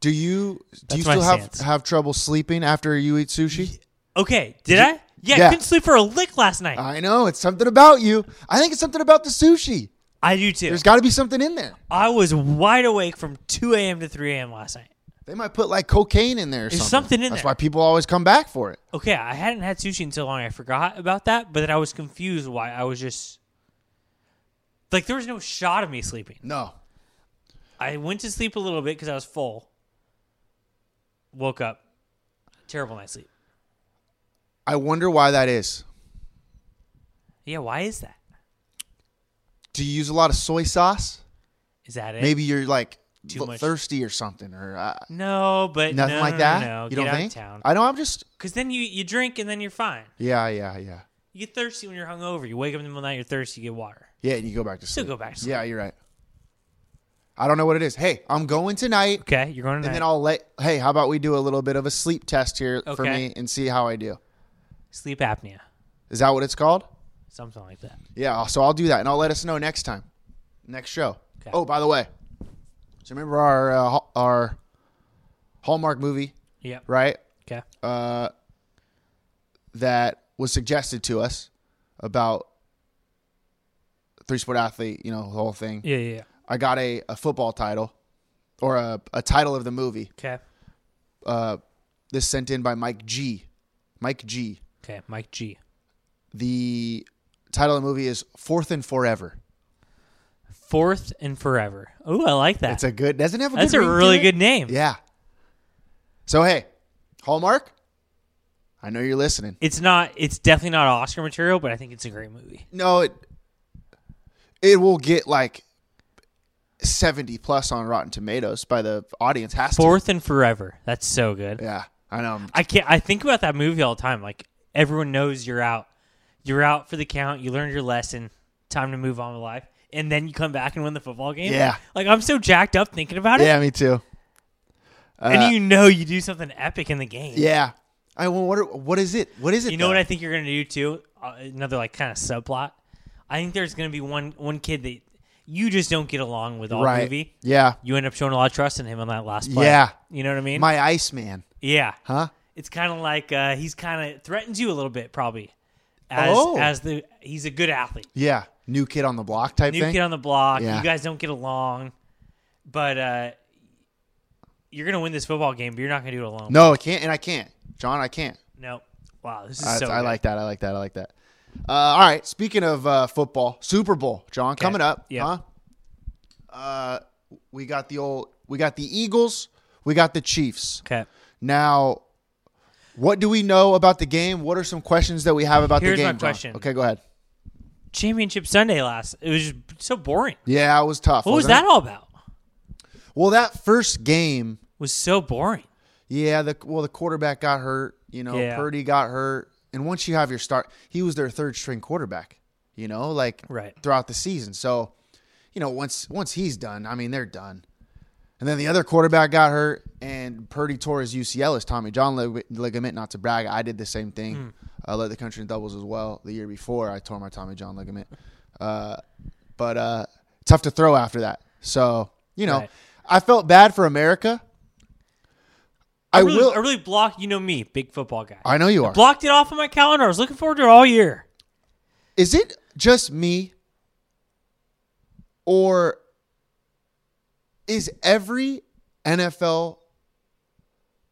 [SPEAKER 3] Do
[SPEAKER 4] <laughs>
[SPEAKER 3] you do
[SPEAKER 4] That's
[SPEAKER 3] you
[SPEAKER 4] my
[SPEAKER 3] still have
[SPEAKER 4] stance.
[SPEAKER 3] have trouble sleeping after you eat sushi?
[SPEAKER 4] Okay, did I?
[SPEAKER 3] Yeah.
[SPEAKER 4] Yeah, I couldn't sleep for a lick last night.
[SPEAKER 3] I know it's something about you. I think it's something about the sushi.
[SPEAKER 4] I do too.
[SPEAKER 3] There's got to be something in there.
[SPEAKER 4] I was wide awake from 2 a.m. to 3 a.m. last night.
[SPEAKER 3] They might put like cocaine in there. Or
[SPEAKER 4] There's
[SPEAKER 3] something.
[SPEAKER 4] something in
[SPEAKER 3] That's
[SPEAKER 4] there.
[SPEAKER 3] why people always come back for it.
[SPEAKER 4] Okay, I hadn't had sushi in so long, I forgot about that, but then I was confused why I was just. Like, there was no shot of me sleeping.
[SPEAKER 3] No,
[SPEAKER 4] I went to sleep a little bit because I was full. Woke up. Terrible night's sleep.
[SPEAKER 3] I wonder why that is.
[SPEAKER 4] Yeah, why is that?
[SPEAKER 3] Do you use a lot of soy sauce?
[SPEAKER 4] Is that it?
[SPEAKER 3] Maybe you're like
[SPEAKER 4] Eh? Too
[SPEAKER 3] l-
[SPEAKER 4] much-
[SPEAKER 3] thirsty or something, or uh,
[SPEAKER 4] No, but
[SPEAKER 3] nothing
[SPEAKER 4] no,
[SPEAKER 3] like
[SPEAKER 4] no,
[SPEAKER 3] that.
[SPEAKER 4] No,
[SPEAKER 3] you
[SPEAKER 4] get
[SPEAKER 3] don't
[SPEAKER 4] out
[SPEAKER 3] think?
[SPEAKER 4] of town.
[SPEAKER 3] I know. I'm just
[SPEAKER 4] Because then you you drink and then you're fine.
[SPEAKER 3] yeah, yeah, yeah,
[SPEAKER 4] You get thirsty when you're hungover. You wake up in the middle of the night, you're thirsty, you get water.
[SPEAKER 3] yeah. And you go back to
[SPEAKER 4] Still
[SPEAKER 3] sleep.
[SPEAKER 4] go back to sleep.
[SPEAKER 3] Yeah, you're right. I don't know what it is. Hey, I'm going tonight,
[SPEAKER 4] Okay, you're going to
[SPEAKER 3] and then I'll let. Hey, how about we do a little bit of a sleep test here for
[SPEAKER 4] Okay.
[SPEAKER 3] me and see how I do?
[SPEAKER 4] sleep apnea,
[SPEAKER 3] Is that what it's called?
[SPEAKER 4] something like that.
[SPEAKER 3] Yeah, so I'll do that, and I'll let us know next time, next show.
[SPEAKER 4] Okay.
[SPEAKER 3] Oh, by the way, so remember our uh, ha- our Hallmark movie,
[SPEAKER 4] Yep.
[SPEAKER 3] right? Uh,
[SPEAKER 4] Okay.
[SPEAKER 3] That was suggested to us about three sport athlete, you know, the whole thing.
[SPEAKER 4] yeah, yeah, yeah.
[SPEAKER 3] I got a, a football title or a, a title of the movie.
[SPEAKER 4] Okay.
[SPEAKER 3] This sent in by Mike G. Mike G.
[SPEAKER 4] Okay, Mike G.
[SPEAKER 3] The title of the movie is Fourth and Forever.
[SPEAKER 4] Fourth and forever. Ooh, I like that.
[SPEAKER 3] It's a good. Doesn't it have a
[SPEAKER 4] That's
[SPEAKER 3] good
[SPEAKER 4] a
[SPEAKER 3] ring to
[SPEAKER 4] really
[SPEAKER 3] it?
[SPEAKER 4] good name.
[SPEAKER 3] Yeah. So hey, Hallmark, I know you're listening.
[SPEAKER 4] It's not. It's definitely not Oscar material, but I think it's a great movie.
[SPEAKER 3] No, it it will get like seventy plus on Rotten Tomatoes by the audience. Has
[SPEAKER 4] Fourth and forever. That's so good.
[SPEAKER 3] to. Yeah, I know. I'm-
[SPEAKER 4] I can't. I think about that movie all the time. Like everyone knows you're out. You're out for the count. You learned your lesson. Time to move on with life. And then you come back and win the football game.
[SPEAKER 3] Yeah.
[SPEAKER 4] Like I'm so jacked up thinking about it.
[SPEAKER 3] Yeah, me too.
[SPEAKER 4] and you know you do something epic in the game.
[SPEAKER 3] Yeah. I well, what are- what is it? What is it?
[SPEAKER 4] You know
[SPEAKER 3] though?
[SPEAKER 4] what I think you're gonna do too? Uh, another like kind of subplot. I think there's gonna be one one kid that you just don't get along with all
[SPEAKER 3] right.
[SPEAKER 4] movie.
[SPEAKER 3] Yeah.
[SPEAKER 4] You end up showing a lot of trust in him on that last play.
[SPEAKER 3] Yeah.
[SPEAKER 4] You know what I mean?
[SPEAKER 3] My Iceman.
[SPEAKER 4] yeah.
[SPEAKER 3] Huh?
[SPEAKER 4] It's kind of like uh, he's kind of threatens you a little bit, probably. As
[SPEAKER 3] Oh.
[SPEAKER 4] as the he's a good athlete,
[SPEAKER 3] Yeah. New kid on the block type
[SPEAKER 4] new
[SPEAKER 3] thing.
[SPEAKER 4] kid on the block.
[SPEAKER 3] Yeah.
[SPEAKER 4] You guys don't get along, but uh, you're gonna win this football game. But you're not gonna do it alone.
[SPEAKER 3] no, I can't and I can't. John, I can't.
[SPEAKER 4] No. Wow, this is
[SPEAKER 3] I,
[SPEAKER 4] so.
[SPEAKER 3] I
[SPEAKER 4] good.
[SPEAKER 3] like that. I like that. I like that. Uh, all right. Speaking of uh, football, Super Bowl, John, coming up.
[SPEAKER 4] Yeah.
[SPEAKER 3] Huh? Uh, we got the old. We got the Eagles. We got the Chiefs.
[SPEAKER 4] Okay.
[SPEAKER 3] Now, what do we know about the game? What are some questions that we have about
[SPEAKER 4] Here's
[SPEAKER 3] the
[SPEAKER 4] my
[SPEAKER 3] game? John?
[SPEAKER 4] question.
[SPEAKER 3] Okay, go ahead.
[SPEAKER 4] Championship Sunday last. It was just so boring.
[SPEAKER 3] Yeah, it was tough.
[SPEAKER 4] What was
[SPEAKER 3] wasn't
[SPEAKER 4] that all about?
[SPEAKER 3] it? Well, that first game.
[SPEAKER 4] was so boring.
[SPEAKER 3] Yeah, the well, the quarterback got hurt. You know,
[SPEAKER 4] Yeah.
[SPEAKER 3] Purdy got hurt, and once you have your start, he was their third string quarterback. You know, like
[SPEAKER 4] Right.
[SPEAKER 3] throughout the season. So, you know, once once he's done, I mean, they're done. And then the other quarterback got hurt, and Purdy tore his UCL, his Tommy John lig- ligament. Not to brag, I did the same thing. I led the country in doubles as well the year before. I tore my Tommy John ligament, uh, but uh, tough to throw after that. So you know,
[SPEAKER 4] Right.
[SPEAKER 3] I felt bad for America. I,
[SPEAKER 4] really,
[SPEAKER 3] will.
[SPEAKER 4] I really blocked. You know me, big football guy.
[SPEAKER 3] I know you are.
[SPEAKER 4] blocked it off of my calendar. I was looking forward to it all year.
[SPEAKER 3] Is it just me, or is every NFL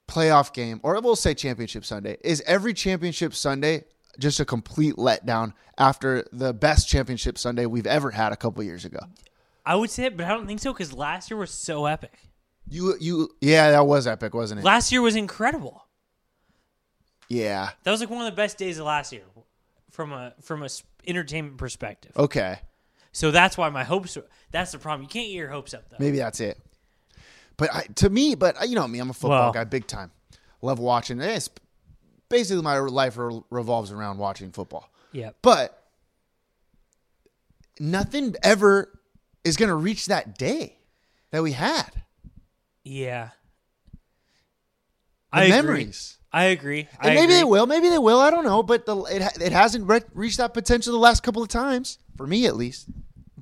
[SPEAKER 3] playoff game, or we'll say championship Sunday, is every championship Sunday just a complete letdown after the best championship Sunday we've ever had a couple years ago?
[SPEAKER 4] I would say it, but I don't think so because last year was so epic.
[SPEAKER 3] You, you, yeah, that was epic, wasn't it?
[SPEAKER 4] Last year was incredible.
[SPEAKER 3] Yeah.
[SPEAKER 4] That was like one of the best days of last year from a from a s- entertainment perspective.
[SPEAKER 3] Okay.
[SPEAKER 4] So that's why my hopes. were- That's the problem. You can't get your hopes up though.
[SPEAKER 3] Maybe that's it. But I, to me, but uh, you know me, I'm a football
[SPEAKER 4] Well-
[SPEAKER 3] guy, big time. Love watching. It's basically my life re- revolves around watching football.
[SPEAKER 4] Yeah.
[SPEAKER 3] But nothing ever is going to reach that day that we had.
[SPEAKER 4] Yeah.
[SPEAKER 3] The
[SPEAKER 4] I
[SPEAKER 3] memories.
[SPEAKER 4] Agree. I agree. I
[SPEAKER 3] And maybe
[SPEAKER 4] agree.
[SPEAKER 3] they will. Maybe they will. I don't know. But the, it ha- it hasn't re- reached that potential the last couple of times for me, at least.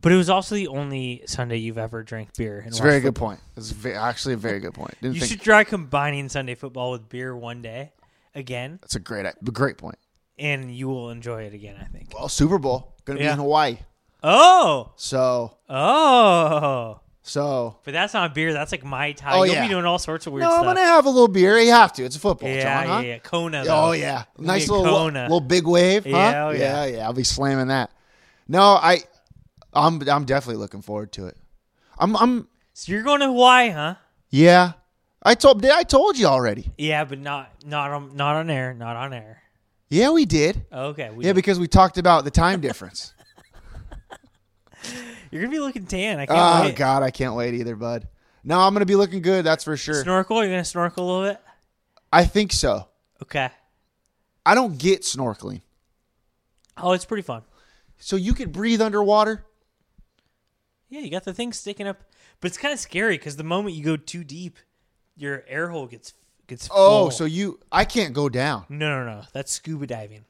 [SPEAKER 4] But it was also the only Sunday you've ever drank beer. And
[SPEAKER 3] It's a very good point. It's ve- actually a very good point. Didn't
[SPEAKER 4] You
[SPEAKER 3] think
[SPEAKER 4] should try combining Sunday football with beer one day again,
[SPEAKER 3] that's a great a great point.
[SPEAKER 4] and you will enjoy it again, I think.
[SPEAKER 3] Well, Super Bowl going to be
[SPEAKER 4] Yeah.
[SPEAKER 3] in Hawaii,
[SPEAKER 4] Oh,
[SPEAKER 3] so
[SPEAKER 4] oh.
[SPEAKER 3] so
[SPEAKER 4] But that's not beer. That's like Mai Tai.
[SPEAKER 3] Oh,
[SPEAKER 4] You'll
[SPEAKER 3] yeah.
[SPEAKER 4] be doing all sorts of weird
[SPEAKER 3] No,
[SPEAKER 4] stuff.
[SPEAKER 3] I'm gonna have a little beer. You have to. It's a football,
[SPEAKER 4] yeah,
[SPEAKER 3] John. Huh?
[SPEAKER 4] yeah, yeah. Kona.
[SPEAKER 3] Oh
[SPEAKER 4] though.
[SPEAKER 3] yeah,
[SPEAKER 4] It'll
[SPEAKER 3] nice
[SPEAKER 4] be a
[SPEAKER 3] little
[SPEAKER 4] Kona.
[SPEAKER 3] little big wave. Huh?
[SPEAKER 4] Yeah, oh, yeah.
[SPEAKER 3] yeah. I'll be slamming that. No, I, I'm I'm definitely looking forward to it. I'm I'm
[SPEAKER 4] So you're going to Hawaii, huh?
[SPEAKER 3] yeah. I told I told you already.
[SPEAKER 4] Yeah, but not not on not on air, not on air.
[SPEAKER 3] Yeah, we did.
[SPEAKER 4] Okay. We
[SPEAKER 3] Yeah, because we talked about the
[SPEAKER 4] <laughs>
[SPEAKER 3] time difference.
[SPEAKER 4] you're gonna be looking tan. I can't
[SPEAKER 3] oh
[SPEAKER 4] wait.
[SPEAKER 3] God, I can't wait either, bud. No, I'm gonna be looking good. That's for sure.
[SPEAKER 4] Snorkel. You're gonna snorkel a little bit.
[SPEAKER 3] I think so.
[SPEAKER 4] Okay.
[SPEAKER 3] I don't get snorkeling.
[SPEAKER 4] Oh, it's pretty fun.
[SPEAKER 3] So you could breathe underwater.
[SPEAKER 4] Yeah, you got the thing sticking up, but it's kind of scary because the moment you go too deep, your air hole gets gets.
[SPEAKER 3] Oh,
[SPEAKER 4] full.
[SPEAKER 3] so you? I can't go down.
[SPEAKER 4] no, no, no. That's scuba diving.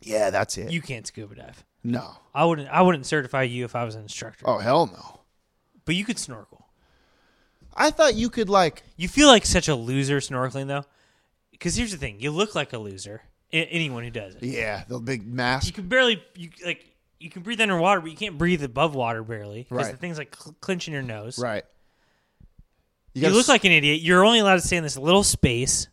[SPEAKER 3] Yeah, that's it.
[SPEAKER 4] You can't scuba dive.
[SPEAKER 3] no.
[SPEAKER 4] I wouldn't. I wouldn't certify you if I was an instructor.
[SPEAKER 3] Oh hell no.
[SPEAKER 4] But you could snorkel.
[SPEAKER 3] I thought you could like.
[SPEAKER 4] You feel like such a loser snorkeling though, because here's the thing: you look like a loser. A- anyone who does it,
[SPEAKER 3] Yeah, the big
[SPEAKER 4] you
[SPEAKER 3] mask.
[SPEAKER 4] can barely you like you can breathe underwater, but you can't breathe above water barely because
[SPEAKER 3] Right.
[SPEAKER 4] the thing's like cl- clenching your nose.
[SPEAKER 3] Right.
[SPEAKER 4] You,
[SPEAKER 3] gotta
[SPEAKER 4] look
[SPEAKER 3] s-
[SPEAKER 4] like an idiot. You're only allowed to stay in this little space.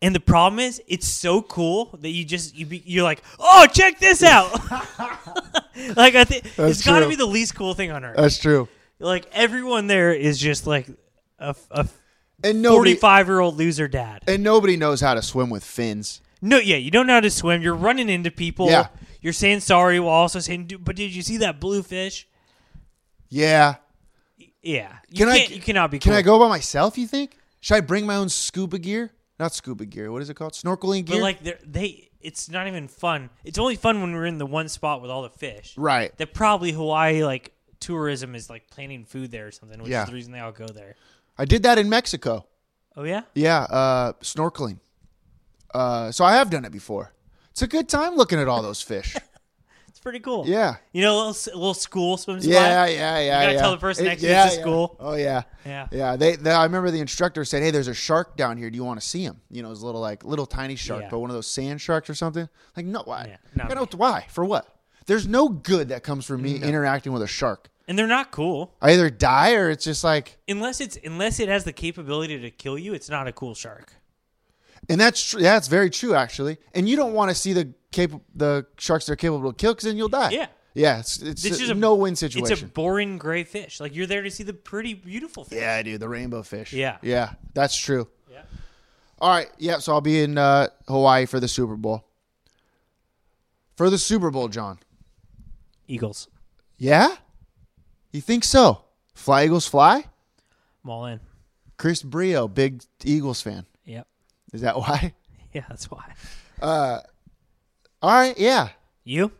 [SPEAKER 4] And the problem is, it's so cool that you just you be, you're like, oh, check this out! <laughs> like I think
[SPEAKER 3] That's
[SPEAKER 4] it's got to
[SPEAKER 3] true. Uh,
[SPEAKER 4] be the least cool thing on earth.
[SPEAKER 3] That's true.
[SPEAKER 4] like everyone there is just like a, a
[SPEAKER 3] And nobody.
[SPEAKER 4] 45 year old loser dad.
[SPEAKER 3] And nobody knows how to swim with fins.
[SPEAKER 4] No, yeah, you don't know how to swim. You're running into people.
[SPEAKER 3] Yeah.
[SPEAKER 4] You're saying sorry while also saying, "Dude, but did you see that blue fish?
[SPEAKER 3] Yeah.
[SPEAKER 4] Yeah. You
[SPEAKER 3] Can I
[SPEAKER 4] can't-
[SPEAKER 3] g-
[SPEAKER 4] You cannot be.
[SPEAKER 3] Can
[SPEAKER 4] cool.
[SPEAKER 3] I go by myself? You think? Should I bring my own scuba gear? Not scuba gear. What is it called? Snorkeling
[SPEAKER 4] But
[SPEAKER 3] gear.
[SPEAKER 4] like they're- they, it's not even fun. It's only fun when we're in the one spot with all the fish.
[SPEAKER 3] right.
[SPEAKER 4] That probably Hawaii like tourism is like planting food there or something, which
[SPEAKER 3] Yeah.
[SPEAKER 4] is the reason they all go there.
[SPEAKER 3] I did that in Mexico.
[SPEAKER 4] Oh yeah.
[SPEAKER 3] Yeah, uh, snorkeling. Uh, so I have done it before. It's a good time looking at all those fish.
[SPEAKER 4] It's pretty cool.
[SPEAKER 3] Yeah.
[SPEAKER 4] You know, a little, s- a little school swim spot.
[SPEAKER 3] yeah, yeah, yeah.
[SPEAKER 4] You gotta
[SPEAKER 3] yeah.
[SPEAKER 4] tell the person
[SPEAKER 3] It-
[SPEAKER 4] next to you
[SPEAKER 3] yeah,
[SPEAKER 4] it's a
[SPEAKER 3] yeah.
[SPEAKER 4] school.
[SPEAKER 3] Oh yeah.
[SPEAKER 4] Yeah.
[SPEAKER 3] Yeah. They, they. I remember the instructor said, "Hey, there's a shark down here. Do you want to see him? You know, it's a little like little tiny shark,
[SPEAKER 4] Yeah.
[SPEAKER 3] but one of those sand sharks or something. Like, no, why?
[SPEAKER 4] Yeah, not
[SPEAKER 3] I don't. Why? For what? There's no good that comes from me interacting with a shark.
[SPEAKER 4] And they're not cool
[SPEAKER 3] I either die or it's just like,
[SPEAKER 4] unless it's unless it has the capability to kill you. It's not a cool shark.
[SPEAKER 3] and that's tr- yeah, that's very true actually. And you don't want to see the cap- the sharks they're capable of kill because then you'll die.
[SPEAKER 4] Yeah.
[SPEAKER 3] Yeah. It's it's,
[SPEAKER 4] This is
[SPEAKER 3] a,
[SPEAKER 4] a
[SPEAKER 3] no win
[SPEAKER 4] It's a
[SPEAKER 3] situation.
[SPEAKER 4] boring gray fish. Like you're there to see the pretty, beautiful fish.
[SPEAKER 3] yeah, dude, the rainbow fish.
[SPEAKER 4] Yeah.
[SPEAKER 3] Yeah, that's true.
[SPEAKER 4] Yeah.
[SPEAKER 3] All right. Yeah. So I'll be in uh, Hawaii for the Super Bowl. For the Super Bowl, John.
[SPEAKER 4] Eagles.
[SPEAKER 3] Yeah. You think so? Fly Eagles fly.
[SPEAKER 4] I'm all in.
[SPEAKER 3] Chris Brio, big Eagles fan.
[SPEAKER 4] Yep. <laughs>
[SPEAKER 3] Is that <laughs> why?
[SPEAKER 4] Yeah, that's why.
[SPEAKER 3] All right. Yeah.
[SPEAKER 4] You?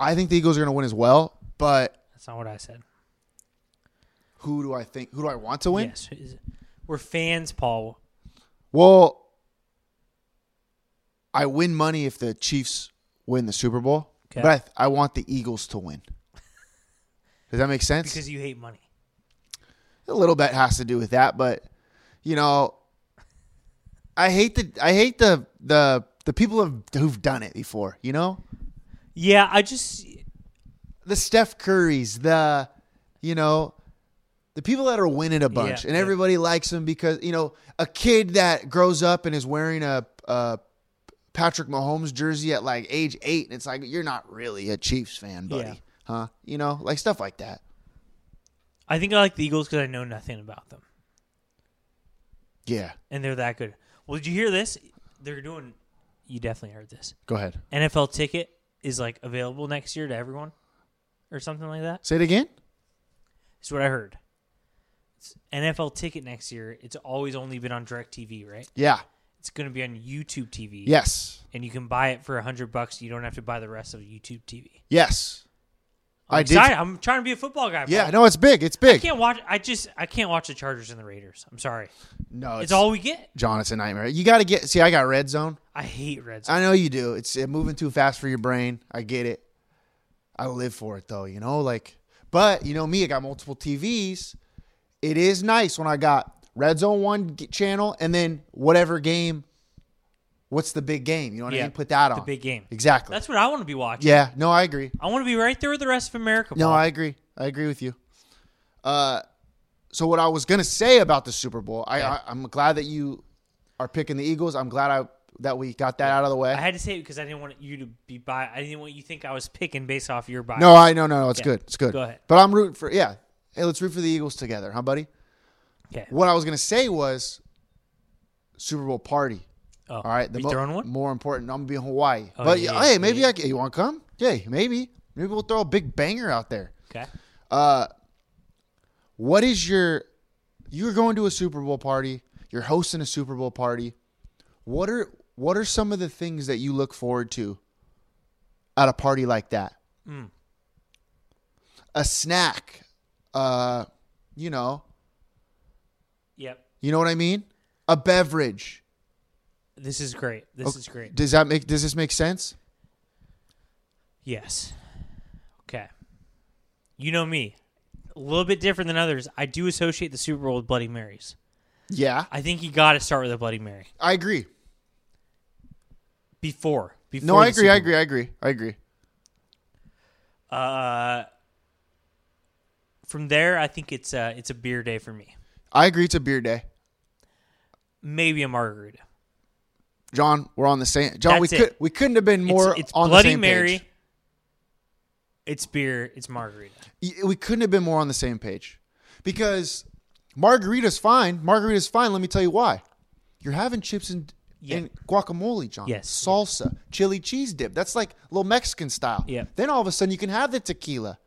[SPEAKER 3] I think the Eagles are going to win as well, but
[SPEAKER 4] That's not what I said.
[SPEAKER 3] who do I think? Who do I want to win?
[SPEAKER 4] Yes. is- We're fans, Paul.
[SPEAKER 3] Well, I win money if the Chiefs win the Super Bowl,
[SPEAKER 4] Okay.
[SPEAKER 3] but I, th- I want the Eagles to
[SPEAKER 4] <laughs>
[SPEAKER 3] win. Does that make sense?
[SPEAKER 4] Because you hate money.
[SPEAKER 3] a little bit has to do with that, but you know, I hate the I hate the the the people of, who've done it before. You know,
[SPEAKER 4] Yeah, I just
[SPEAKER 3] the Steph Currys, the you know, the people that are winning a bunch,
[SPEAKER 4] Yeah,
[SPEAKER 3] and
[SPEAKER 4] yeah.
[SPEAKER 3] everybody likes them because you know a kid that grows up and is wearing a, a Patrick Mahomes jersey at like age eight, and it's like you're not really a Chiefs fan, buddy,
[SPEAKER 4] Yeah.
[SPEAKER 3] huh? You know, like stuff like that.
[SPEAKER 4] I think I like the Eagles because I know nothing about them,
[SPEAKER 3] Yeah,
[SPEAKER 4] and they're that good. Well, did you hear this? They're doing. You definitely heard this.
[SPEAKER 3] go ahead.
[SPEAKER 4] NFL ticket is like available next year to everyone, or something like that.
[SPEAKER 3] Say it again.
[SPEAKER 4] That's what I heard. It's NFL ticket next year. It's always only been on DirecTV, right?
[SPEAKER 3] Yeah.
[SPEAKER 4] It's going to be on YouTube TV.
[SPEAKER 3] Yes.
[SPEAKER 4] and you can buy it for a hundred bucks. You don't have to buy the rest of YouTube TV.
[SPEAKER 3] Yes.
[SPEAKER 4] I'm
[SPEAKER 3] I did-
[SPEAKER 4] excited. I'm trying to be a football guy.
[SPEAKER 3] Yeah,
[SPEAKER 4] bro.
[SPEAKER 3] no, it's big. It's
[SPEAKER 4] I
[SPEAKER 3] big.
[SPEAKER 4] can't watch. I just I can't watch the Chargers and the Raiders. I'm sorry.
[SPEAKER 3] No,
[SPEAKER 4] It's all we get.
[SPEAKER 3] John. It's a nightmare. You got to get. See, I got red zone.
[SPEAKER 4] I hate Red Zone.
[SPEAKER 3] I know you do. It's uh, moving too fast for your brain. I get it. I live for it though. You know, like, but you know me. I got multiple TVs. It is nice when I got red zone one g- channel and then whatever game. What's the big game? You know what
[SPEAKER 4] Yeah,
[SPEAKER 3] I mean? Put that
[SPEAKER 4] the
[SPEAKER 3] on
[SPEAKER 4] big game.
[SPEAKER 3] Exactly.
[SPEAKER 4] That's what I want to be watching.
[SPEAKER 3] yeah. No, I agree.
[SPEAKER 4] I want to be right there with the rest of America.
[SPEAKER 3] No,
[SPEAKER 4] Paul.
[SPEAKER 3] I agree. I agree with you. Uh, so what I was gonna say about the Super Bowl, I, I I'm glad that you are picking the Eagles. I'm glad I that we got that out of the way.
[SPEAKER 4] I had to say it because I didn't want you to be bi I didn't want you to think I was picking based off your bias.
[SPEAKER 3] no, I no no no. It's
[SPEAKER 4] Yeah.
[SPEAKER 3] good. It's good.
[SPEAKER 4] Go ahead.
[SPEAKER 3] But I'm rooting for yeah. Hey, let's root for the Eagles together, huh, buddy?
[SPEAKER 4] Okay.
[SPEAKER 3] What I was gonna say was Super Bowl party.
[SPEAKER 4] Oh,
[SPEAKER 3] All right. The
[SPEAKER 4] you
[SPEAKER 3] mo-
[SPEAKER 4] throwing one?
[SPEAKER 3] More important, I'm gonna be in Hawaii.
[SPEAKER 4] Oh,
[SPEAKER 3] but
[SPEAKER 4] yeah,
[SPEAKER 3] yeah,
[SPEAKER 4] yeah,
[SPEAKER 3] hey, maybe
[SPEAKER 4] yeah.
[SPEAKER 3] I can, you want to come? Yeah, maybe. Maybe we'll throw a big banger out there.
[SPEAKER 4] Okay.
[SPEAKER 3] What is your? You're going to a Super Bowl party. You're hosting a Super Bowl party. What are what are some of the things that you look forward to at a party like that?
[SPEAKER 4] Mm.
[SPEAKER 3] A snack, uh, you know,
[SPEAKER 4] Yep.
[SPEAKER 3] you know what I mean. A beverage.
[SPEAKER 4] This is great. This is great.
[SPEAKER 3] Does that make? Does this make sense?
[SPEAKER 4] Yes. Okay. You know me. A little bit different than others. I do associate the Super Bowl with Bloody Marys.
[SPEAKER 3] Yeah,
[SPEAKER 4] I think you got to start with a Bloody Mary
[SPEAKER 3] I agree.
[SPEAKER 4] before. before
[SPEAKER 3] No, I
[SPEAKER 4] the
[SPEAKER 3] agree. I
[SPEAKER 4] Super
[SPEAKER 3] agree. I agree. I agree.
[SPEAKER 4] Bowl. Uh, from there, I think it's a, it's a beer day for me.
[SPEAKER 3] I agree. It's a beer day.
[SPEAKER 4] Maybe a margarita.
[SPEAKER 3] John, we're on the same. John, we
[SPEAKER 4] That's
[SPEAKER 3] could
[SPEAKER 4] it.
[SPEAKER 3] we couldn't have been more
[SPEAKER 4] it's it's
[SPEAKER 3] on
[SPEAKER 4] Bloody
[SPEAKER 3] the same
[SPEAKER 4] Mary.
[SPEAKER 3] page.
[SPEAKER 4] It's beer. It's margarita.
[SPEAKER 3] Y- We couldn't have been more on the same page because margarita's fine. Margarita's fine. Let me tell you why. You're having chips and,
[SPEAKER 4] Yeah.
[SPEAKER 3] and guacamole, John.
[SPEAKER 4] Yes.
[SPEAKER 3] Salsa, chili cheese dip. That's like little Mexican style.
[SPEAKER 4] Yeah.
[SPEAKER 3] Then all of a sudden you can have the tequila.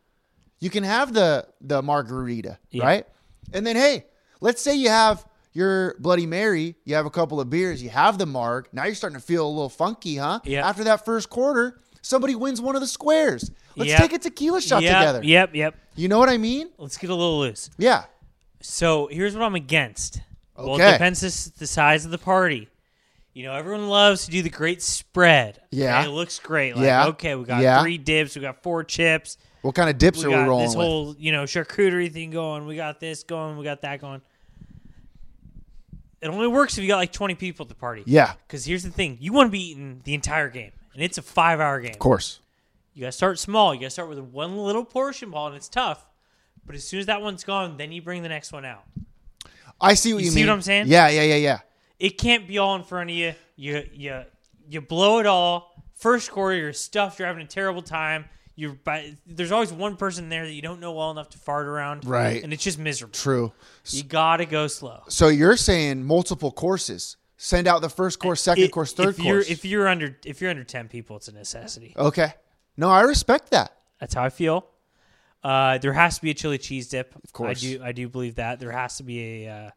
[SPEAKER 3] You can have the the margarita,
[SPEAKER 4] Yeah.
[SPEAKER 3] right? And then hey, let's say you have your Bloody Mary, you have a couple of beers, you have the marg. Now you're starting to feel a little funky, huh?
[SPEAKER 4] Yeah.
[SPEAKER 3] After that first quarter, somebody wins one of the squares. Let's
[SPEAKER 4] Yeah.
[SPEAKER 3] take a tequila shot
[SPEAKER 4] yep,
[SPEAKER 3] together.
[SPEAKER 4] Yep, yep.
[SPEAKER 3] You know what I mean?
[SPEAKER 4] Let's get a little loose.
[SPEAKER 3] Yeah.
[SPEAKER 4] So here's what I'm against. Well,
[SPEAKER 3] Okay.
[SPEAKER 4] it depends s- the size of the party. You know, everyone loves to do the great spread.
[SPEAKER 3] Yeah.
[SPEAKER 4] Okay, it looks great. Like,
[SPEAKER 3] Yeah.
[SPEAKER 4] okay, we got
[SPEAKER 3] Yeah.
[SPEAKER 4] three dips, we got four chips,
[SPEAKER 3] What kind of dips
[SPEAKER 4] we
[SPEAKER 3] are we
[SPEAKER 4] got
[SPEAKER 3] rolling
[SPEAKER 4] this
[SPEAKER 3] with?
[SPEAKER 4] whole you know charcuterie thing going. We got this going, we got that going. It only works if you got like 20 people at the party.
[SPEAKER 3] yeah, of
[SPEAKER 4] Because here's the thing: you want to be eating the entire game, and it's a five-hour game.
[SPEAKER 3] course.
[SPEAKER 4] You gotta start small. You gotta start with one little portion ball, and it's tough. But as soon as that one's gone, then you bring the next one out.
[SPEAKER 3] I see what
[SPEAKER 4] You
[SPEAKER 3] you,
[SPEAKER 4] see
[SPEAKER 3] mean.
[SPEAKER 4] what I'm saying?
[SPEAKER 3] Yeah, yeah, yeah, yeah.
[SPEAKER 4] it can't be all in front of you. You you you blow it all. First quarter, you're stuffed. You're having a terrible time. You're by, there's always one person there that you don't know well enough to fart around.
[SPEAKER 3] Right.
[SPEAKER 4] and it's just miserable.
[SPEAKER 3] True.
[SPEAKER 4] You gotta go slow.
[SPEAKER 3] So you're saying multiple courses. Send out the first course, second
[SPEAKER 4] It-
[SPEAKER 3] course, third
[SPEAKER 4] if You're,
[SPEAKER 3] course.
[SPEAKER 4] if you're under if you're under ten people, it's a necessity.
[SPEAKER 3] okay. No, I respect that.
[SPEAKER 4] That's how I feel. Uh, there has to be a chili cheese dip. Of
[SPEAKER 3] course.
[SPEAKER 4] I do. I do believe that there has to be a uh,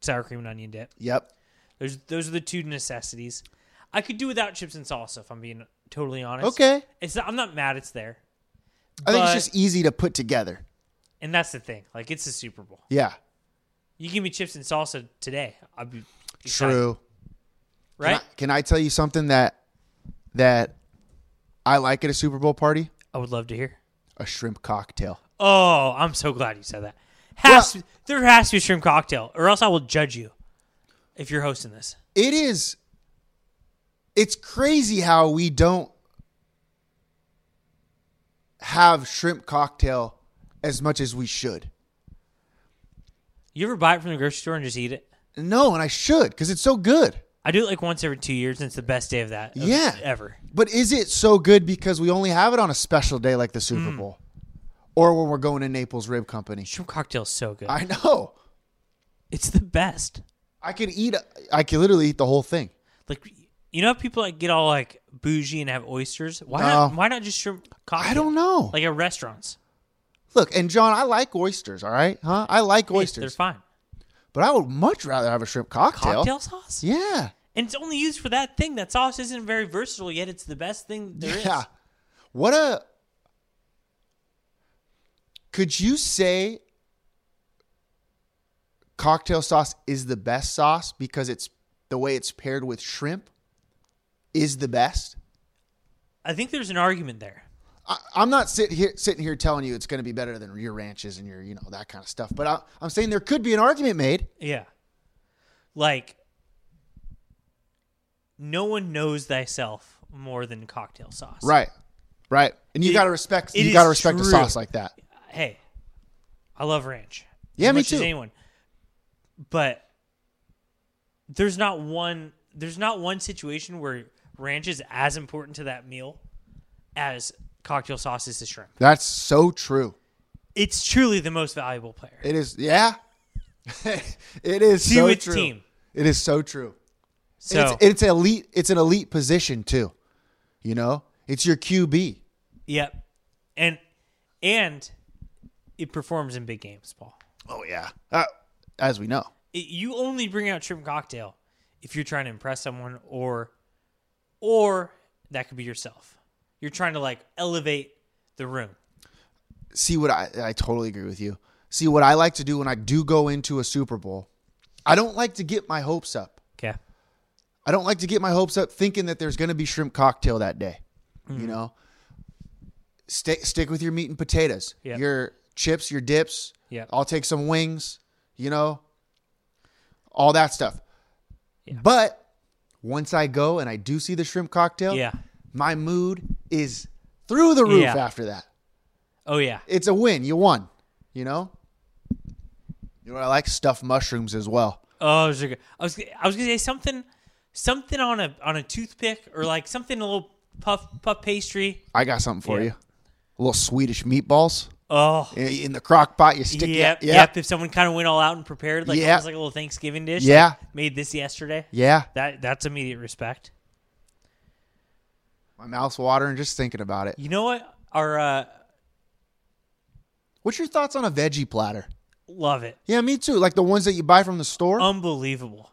[SPEAKER 4] sour cream and onion dip.
[SPEAKER 3] Yep.
[SPEAKER 4] Those those are the two necessities. I could do without chips and salsa if I'm being totally honest.
[SPEAKER 3] Okay.
[SPEAKER 4] It's not, I'm not mad it's there.
[SPEAKER 3] I think
[SPEAKER 4] But-
[SPEAKER 3] it's just easy to put together.
[SPEAKER 4] And that's the thing. Like it's the Super Bowl.
[SPEAKER 3] Yeah.
[SPEAKER 4] You give me chips and salsa today, I'd be excited,
[SPEAKER 3] True. Can I-
[SPEAKER 4] right?
[SPEAKER 3] Can I, tell you something that that I like at a Super Bowl party?
[SPEAKER 4] I would love to hear.
[SPEAKER 3] A shrimp cocktail.
[SPEAKER 4] Oh, I'm so glad you said that. Has
[SPEAKER 3] Well-
[SPEAKER 4] to- there has to be a shrimp cocktail, or else I will judge you if you're hosting this.
[SPEAKER 3] It is. It's crazy how we don't have shrimp cocktail as much as we should.
[SPEAKER 4] You ever buy it from the grocery store and just eat it?
[SPEAKER 3] No, and I should because it's so good.
[SPEAKER 4] I do it like once every two years, and it's the best day of that. of
[SPEAKER 3] Yeah.
[SPEAKER 4] ever.
[SPEAKER 3] But is it so good because we only have it on a special day like the
[SPEAKER 4] Mm.
[SPEAKER 3] Super Bowl or when we're going to Naples Rib Company?
[SPEAKER 4] Shrimp cocktail's so good.
[SPEAKER 3] I know.
[SPEAKER 4] it's the best.
[SPEAKER 3] I could eat, I could literally eat the whole thing.
[SPEAKER 4] Like you know, how people like get all like bougie and have oysters. Why
[SPEAKER 3] No.
[SPEAKER 4] not? Why not just shrimp cocktail?
[SPEAKER 3] I don't know.
[SPEAKER 4] Like at restaurants,
[SPEAKER 3] Look, and John, I like oysters, all right? Huh? I like
[SPEAKER 4] they're
[SPEAKER 3] oysters.
[SPEAKER 4] fine.
[SPEAKER 3] but I would much rather have a shrimp cocktail.
[SPEAKER 4] Cocktail sauce.
[SPEAKER 3] Yeah.
[SPEAKER 4] And it's only used for that thing. That sauce isn't very versatile, yet it's the best thing there is.
[SPEAKER 3] yeah. What a. Could you say cocktail sauce is the best sauce because it's the way it's paired with shrimp is the best?
[SPEAKER 4] I think there's an argument there.
[SPEAKER 3] I, I'm not sit here, sitting here telling you it's going to be better than your ranches and your, you know, that kind of stuff. But I, I'm saying there could be an argument made.
[SPEAKER 4] Yeah. Like, no one knows thyself more than cocktail sauce.
[SPEAKER 3] Right. Right. And you
[SPEAKER 4] It-
[SPEAKER 3] got to respect,
[SPEAKER 4] it
[SPEAKER 3] you
[SPEAKER 4] is
[SPEAKER 3] got to respect a
[SPEAKER 4] true.
[SPEAKER 3] sauce like that.
[SPEAKER 4] Hey, I love ranch.
[SPEAKER 3] Yeah,
[SPEAKER 4] as
[SPEAKER 3] me
[SPEAKER 4] much As
[SPEAKER 3] too.
[SPEAKER 4] anyone. But there's not one. There's not one situation where ranch is as important to that meal as cocktail sauce is to shrimp.
[SPEAKER 3] That's so true.
[SPEAKER 4] It's truly the most valuable player.
[SPEAKER 3] <laughs> It is, yeah. it is
[SPEAKER 4] to
[SPEAKER 3] so
[SPEAKER 4] its
[SPEAKER 3] true.
[SPEAKER 4] team.
[SPEAKER 3] It is so true.
[SPEAKER 4] So
[SPEAKER 3] it's, it's elite. It's an elite position too. You know, it's your QB.
[SPEAKER 4] yep, and and it performs in big games, Paul.
[SPEAKER 3] Oh yeah, uh, as we know.
[SPEAKER 4] It, you only bring out shrimp cocktail if you're trying to impress someone, or or that could be yourself. You're trying to like elevate the room.
[SPEAKER 3] see what I I totally agree with you. See what I like to do when I do go into a Super Bowl. I don't like to get my hopes up.
[SPEAKER 4] Okay.
[SPEAKER 3] I don't like to get my hopes up thinking that there's going to be shrimp cocktail that day.
[SPEAKER 4] Mm-hmm.
[SPEAKER 3] You know, stick stick with your meat and potatoes,
[SPEAKER 4] Yep.
[SPEAKER 3] your chips, your dips.
[SPEAKER 4] Yep.
[SPEAKER 3] I'll take some wings. You know, all that stuff. But once I go and I do see the shrimp cocktail,
[SPEAKER 4] Yeah.
[SPEAKER 3] my mood is through the roof
[SPEAKER 4] Yeah.
[SPEAKER 3] after that
[SPEAKER 4] Oh yeah.
[SPEAKER 3] it's a win. You won. You know. You know what I like? Stuffed mushrooms as well.
[SPEAKER 4] Oh, those are good. I was I was gonna say something, something on a on a toothpick or like something a little puff puff pastry.
[SPEAKER 3] I got something for
[SPEAKER 4] Yeah.
[SPEAKER 3] you. little Swedish meatballs
[SPEAKER 4] Oh,
[SPEAKER 3] in, in the crock pot. You stick
[SPEAKER 4] yep,
[SPEAKER 3] it.
[SPEAKER 4] yep. If someone kind of went all out and prepared, like
[SPEAKER 3] Yeah.
[SPEAKER 4] almost like a little Thanksgiving dish. like,
[SPEAKER 3] Yeah.
[SPEAKER 4] made this yesterday.
[SPEAKER 3] Yeah.
[SPEAKER 4] That that's immediate respect.
[SPEAKER 3] My mouth's watering just thinking about it.
[SPEAKER 4] You know what? Our uh,
[SPEAKER 3] What's your thoughts on a veggie platter?
[SPEAKER 4] love it,
[SPEAKER 3] Yeah, me too. Like the ones that you buy from the store.
[SPEAKER 4] Um, unbelievable,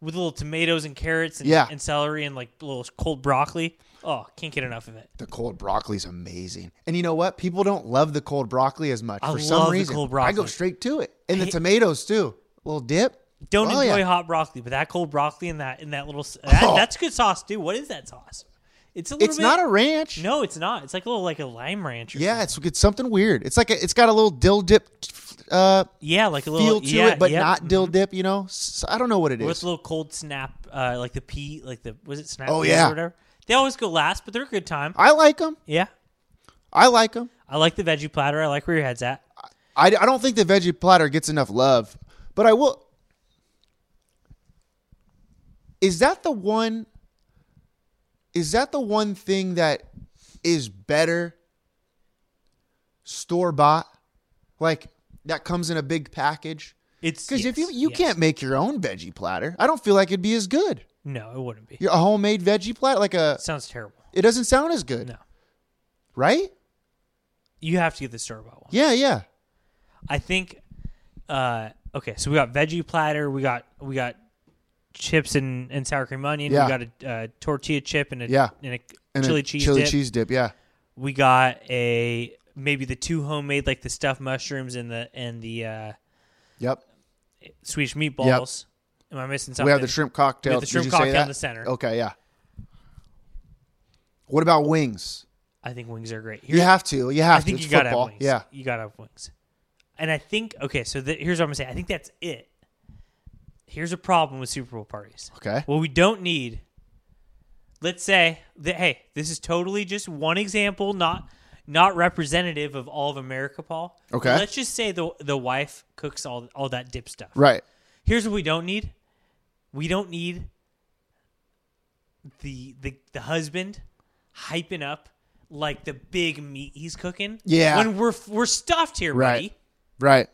[SPEAKER 4] with little tomatoes and carrots and,
[SPEAKER 3] Yeah.
[SPEAKER 4] and celery and like little cold broccoli. Oh, can't get enough of it.
[SPEAKER 3] the cold broccoli's amazing. And you know what? People don't love the cold broccoli as much
[SPEAKER 4] I
[SPEAKER 3] for some
[SPEAKER 4] love the
[SPEAKER 3] reason.
[SPEAKER 4] cold
[SPEAKER 3] I go
[SPEAKER 4] broccoli.
[SPEAKER 3] straight to it. And the tomatoes too. little dip.
[SPEAKER 4] Don't
[SPEAKER 3] Oh,
[SPEAKER 4] enjoy
[SPEAKER 3] yeah.
[SPEAKER 4] hot broccoli, but that cold broccoli and that in that little s- that,
[SPEAKER 3] Oh.
[SPEAKER 4] that's good sauce, dude. What is that sauce? It's a little.
[SPEAKER 3] It's
[SPEAKER 4] bit,
[SPEAKER 3] not a ranch.
[SPEAKER 4] No, it's not. It's like a little like a lime ranch. Or
[SPEAKER 3] Yeah,
[SPEAKER 4] something.
[SPEAKER 3] it's it's something weird. It's like a, it's got a little dill dip uh,
[SPEAKER 4] yeah, like a
[SPEAKER 3] feel
[SPEAKER 4] little
[SPEAKER 3] to
[SPEAKER 4] yeah,
[SPEAKER 3] it, but
[SPEAKER 4] yep. mm-hmm.
[SPEAKER 3] not dill dip. You know, S- I don't know what it
[SPEAKER 4] Or it's
[SPEAKER 3] is.
[SPEAKER 4] a little cold snap, uh, like the pea, like the was it snap?
[SPEAKER 3] Oh,
[SPEAKER 4] peas
[SPEAKER 3] yeah.
[SPEAKER 4] or whatever. They always go last, but they're a good time.
[SPEAKER 3] I like them.
[SPEAKER 4] Yeah,
[SPEAKER 3] I like them.
[SPEAKER 4] I like the veggie platter. I like where your head's at.
[SPEAKER 3] I, I don't think the veggie platter gets enough love, but I will. Is that the one? Is that the one thing that is better store bought, like that comes in a big package?
[SPEAKER 4] It's
[SPEAKER 3] Because if you
[SPEAKER 4] yes,
[SPEAKER 3] you
[SPEAKER 4] yes.
[SPEAKER 3] can't make your own veggie platter, I don't feel like it'd be as good.
[SPEAKER 4] no, it wouldn't be.
[SPEAKER 3] Your- A homemade veggie platter, like a
[SPEAKER 4] sounds terrible.
[SPEAKER 3] It doesn't sound as good.
[SPEAKER 4] No.
[SPEAKER 3] Right?
[SPEAKER 4] You have to get the store bought one.
[SPEAKER 3] Yeah, yeah.
[SPEAKER 4] I think uh okay, so we got veggie platter, we got we got chips and, and sour cream onion,
[SPEAKER 3] Yeah.
[SPEAKER 4] we got a uh, tortilla chip and a
[SPEAKER 3] Yeah.
[SPEAKER 4] and a
[SPEAKER 3] And
[SPEAKER 4] chili
[SPEAKER 3] a
[SPEAKER 4] cheese
[SPEAKER 3] Chili
[SPEAKER 4] dip.
[SPEAKER 3] cheese dip, yeah.
[SPEAKER 4] We got a maybe the two homemade like the stuffed mushrooms and the and the uh
[SPEAKER 3] Yep.
[SPEAKER 4] Swedish meatballs. Am I missing something?
[SPEAKER 3] We have the shrimp cocktail.
[SPEAKER 4] We have the
[SPEAKER 3] Did
[SPEAKER 4] shrimp
[SPEAKER 3] you say
[SPEAKER 4] cocktail in
[SPEAKER 3] that?
[SPEAKER 4] the center.
[SPEAKER 3] Okay, yeah. What about wings?
[SPEAKER 4] I think wings are great.
[SPEAKER 3] You have to. You have
[SPEAKER 4] I think
[SPEAKER 3] to.
[SPEAKER 4] you
[SPEAKER 3] It's
[SPEAKER 4] gotta
[SPEAKER 3] football.
[SPEAKER 4] have wings.
[SPEAKER 3] Yeah.
[SPEAKER 4] you gotta have wings. And I think okay, so th here's what I'm gonna say. I think that's it. Here's a problem with Super Bowl parties.
[SPEAKER 3] Okay.
[SPEAKER 4] What we don't need. Let's say that hey, this is totally just one example, not not representative of all of America, Paul.
[SPEAKER 3] Okay.
[SPEAKER 4] Let's just say the the wife cooks all all that dip stuff.
[SPEAKER 3] Right.
[SPEAKER 4] Here's what we don't need. We don't need the the the husband hyping up like the big meat he's cooking.
[SPEAKER 3] Yeah.
[SPEAKER 4] When we're we're stuffed here,
[SPEAKER 3] Right.
[SPEAKER 4] buddy.
[SPEAKER 3] Right.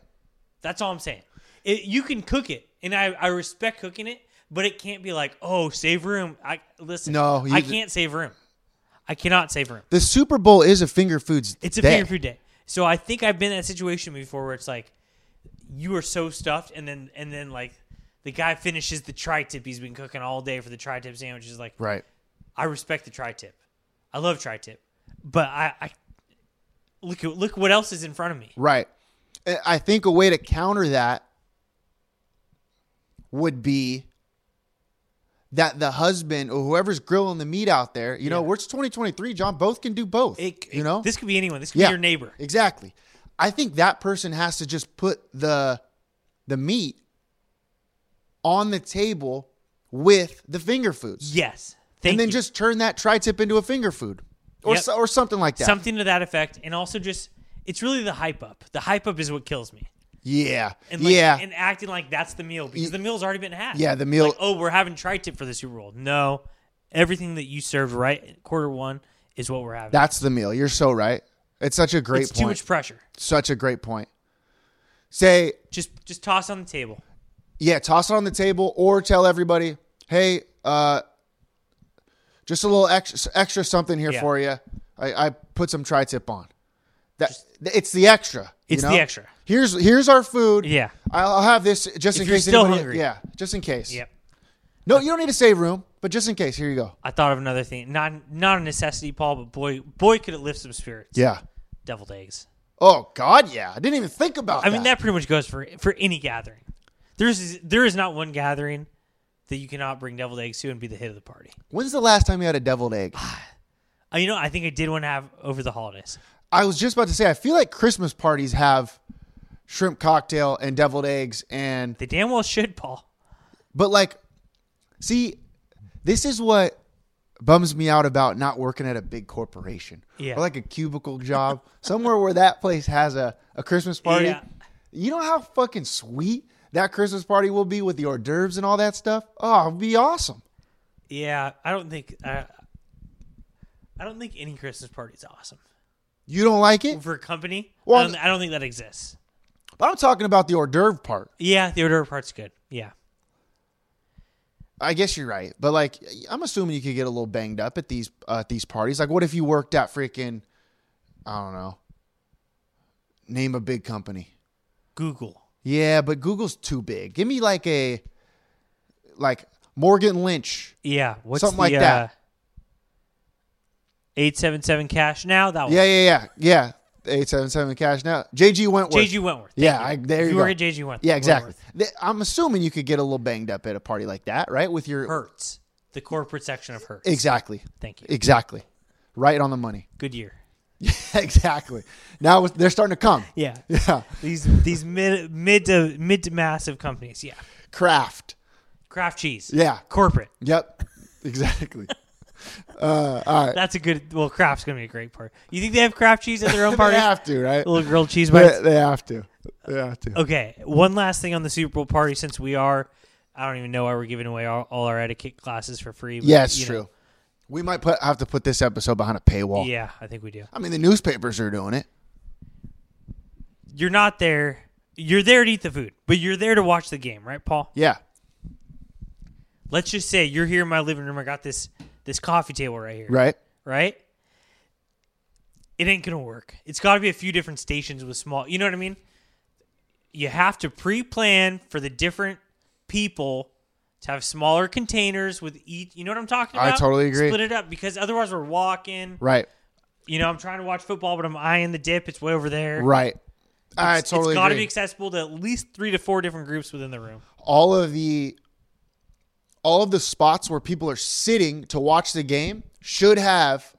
[SPEAKER 4] That's all I'm saying. It, you can cook it, and I, I respect cooking it, but it can't be like, oh, save room. I listen.
[SPEAKER 3] No, you-
[SPEAKER 4] I can't save room. I cannot save room.
[SPEAKER 3] The Super Bowl is a finger foods.
[SPEAKER 4] It's a
[SPEAKER 3] day.
[SPEAKER 4] finger food day. So I think I've been in that situation before where it's like, you are so stuffed, and then and then like the guy finishes the tri-tip he's been cooking all day for the tri-tip sandwiches. Like,
[SPEAKER 3] Right.
[SPEAKER 4] I respect the tri-tip. I love tri-tip, but I, I look at look what else is in front of me.
[SPEAKER 3] Right. I- I think a way to counter that would be that the husband or whoever's grilling the meat out there, you know,
[SPEAKER 4] Yeah.
[SPEAKER 3] we're it's 2023, John, both can do both.
[SPEAKER 4] It,
[SPEAKER 3] you know?
[SPEAKER 4] this could be anyone. This could be your neighbor.
[SPEAKER 3] Exactly. I think that person has to just put the the meat on the table with the finger foods.
[SPEAKER 4] Yes. Thank
[SPEAKER 3] and then
[SPEAKER 4] you.
[SPEAKER 3] just turn that tri-tip into a finger food or
[SPEAKER 4] Yep.
[SPEAKER 3] so, or something like that.
[SPEAKER 4] something to that effect, and also just it's really the hype up. The hype up is what kills me.
[SPEAKER 3] yeah.
[SPEAKER 4] And like,
[SPEAKER 3] yeah.
[SPEAKER 4] and acting like that's the meal because the meal's already been had.
[SPEAKER 3] Yeah, the meal-
[SPEAKER 4] Like, oh, we're having tri-tip for the Super Bowl. No, everything that you served right at quarter one is what we're having.
[SPEAKER 3] That's the meal. You're so right. It's such a great
[SPEAKER 4] it's
[SPEAKER 3] point.
[SPEAKER 4] too much pressure.
[SPEAKER 3] Such a great point. Say,
[SPEAKER 4] Just just toss on the table.
[SPEAKER 3] yeah, toss it on the table or tell everybody, hey, uh, just a little extra, extra something here
[SPEAKER 4] Yeah.
[SPEAKER 3] for you. I, I put some tri-tip on. That it's the extra. you
[SPEAKER 4] It's the
[SPEAKER 3] know?
[SPEAKER 4] extra.
[SPEAKER 3] Here's here's our food.
[SPEAKER 4] Yeah.
[SPEAKER 3] I'll I'll have this just
[SPEAKER 4] If
[SPEAKER 3] in
[SPEAKER 4] you're
[SPEAKER 3] case.
[SPEAKER 4] still
[SPEAKER 3] anybody-
[SPEAKER 4] hungry.
[SPEAKER 3] Yeah, just in case.
[SPEAKER 4] Yep.
[SPEAKER 3] No, you don't need to save room, but just in case, here you go.
[SPEAKER 4] I thought of another thing. Not not a necessity, Paul, but boy boy could it lift some spirits.
[SPEAKER 3] Yeah.
[SPEAKER 4] Deviled eggs.
[SPEAKER 3] Oh God, yeah. I didn't even think about.
[SPEAKER 4] I mean that pretty much goes for for any gathering. There's there is not one gathering that you cannot bring deviled eggs to and be the hit of the party.
[SPEAKER 3] When's the last time you had a deviled egg?
[SPEAKER 4] Uh, you know, I think I did one have over the holidays.
[SPEAKER 3] I was just about to say. I feel like Christmas parties have shrimp cocktail and deviled eggs and
[SPEAKER 4] They damn well should, Paul.
[SPEAKER 3] But like, see, this is what bums me out about not working at a big corporation
[SPEAKER 4] Yeah.
[SPEAKER 3] or like a cubicle job somewhere where that place has a, a Christmas party.
[SPEAKER 4] Yeah.
[SPEAKER 3] You know how fucking sweet that Christmas party will be with the hors d'oeuvres and all that stuff. Oh, it'll be awesome.
[SPEAKER 4] Yeah, I don't think uh, I don't think any Christmas party is awesome
[SPEAKER 3] You don't like it?
[SPEAKER 4] for a company.
[SPEAKER 3] Well,
[SPEAKER 4] I, don't, I don't think that exists.
[SPEAKER 3] But I'm talking about the hors d'oeuvre part.
[SPEAKER 4] Yeah, the order part's good. Yeah,
[SPEAKER 3] I guess you're right, but like I'm assuming you could get a little banged up at these uh, at these parties. Like, what if you worked at freaking, I don't know, name a big company.
[SPEAKER 4] Google.
[SPEAKER 3] Yeah, but Google's too big. Give me like a like Morgan Lynch.
[SPEAKER 4] Yeah, what's
[SPEAKER 3] Something
[SPEAKER 4] the, uh,
[SPEAKER 3] like that.
[SPEAKER 4] Eight seven seven cash now. That one.
[SPEAKER 3] Yeah, yeah, yeah. Yeah. 877 cash now. JG Wentworth.
[SPEAKER 4] JG Wentworth. Thank
[SPEAKER 3] Yeah,
[SPEAKER 4] you.
[SPEAKER 3] I, there
[SPEAKER 4] If
[SPEAKER 3] you,
[SPEAKER 4] you
[SPEAKER 3] go.
[SPEAKER 4] were at JG Wentworth.
[SPEAKER 3] Yeah, exactly. Th- I'm assuming you could get a little banged up at a party like that, right? With your
[SPEAKER 4] Hertz, the corporate section of Hertz.
[SPEAKER 3] Exactly.
[SPEAKER 4] Thank you.
[SPEAKER 3] Exactly. Right on the money. <laughs>
[SPEAKER 4] Good year.
[SPEAKER 3] exactly. Now it's- they're starting to come.
[SPEAKER 4] Yeah.
[SPEAKER 3] <laughs> Yeah.
[SPEAKER 4] <laughs> These these mid mid to mid to massive companies. Yeah.
[SPEAKER 3] Craft.
[SPEAKER 4] Kraft cheese.
[SPEAKER 3] Yeah.
[SPEAKER 4] Corporate.
[SPEAKER 3] Yep. <laughs>
[SPEAKER 4] <laughs>
[SPEAKER 3] Exactly.
[SPEAKER 4] That's a good. Well, Kraft's gonna be a great part. You think they have Kraft cheese at their
[SPEAKER 3] <laughs>
[SPEAKER 4] own
[SPEAKER 3] they
[SPEAKER 4] party?
[SPEAKER 3] have to, right?
[SPEAKER 4] Little grilled cheese bites.
[SPEAKER 3] They, they have to. They have to.
[SPEAKER 4] Okay, one last thing on the Super Bowl party since we are, I don't even know why we're giving away all, all our etiquette classes for free. But,
[SPEAKER 3] Yeah, it's
[SPEAKER 4] you
[SPEAKER 3] true.
[SPEAKER 4] know,
[SPEAKER 3] We might put have to put this episode behind a paywall.
[SPEAKER 4] yeah, I think we do.
[SPEAKER 3] I mean, the newspapers are doing it.
[SPEAKER 4] You're not there. You're there to eat the food, but you're there to watch the game, right, Paul?
[SPEAKER 3] Yeah.
[SPEAKER 4] Let's just say you're here in my living room. I got this this coffee table right here.
[SPEAKER 3] Right.
[SPEAKER 4] Right. It ain't gonna work. It's got to be a few different stations with small. You know what I mean? You have to pre-plan for the different people to have smaller containers with each. You know what I'm talking
[SPEAKER 3] I
[SPEAKER 4] about?
[SPEAKER 3] totally agree.
[SPEAKER 4] Split it up because otherwise we're walking.
[SPEAKER 3] Right.
[SPEAKER 4] You know, I'm trying to watch football, but I'm eyeing the dip. It's way over there.
[SPEAKER 3] Right. I
[SPEAKER 4] It's-
[SPEAKER 3] totally
[SPEAKER 4] It's got to
[SPEAKER 3] agree.
[SPEAKER 4] be accessible to at least three to four different groups within the room.
[SPEAKER 3] all of the all of the spots where people are sitting to watch the game should have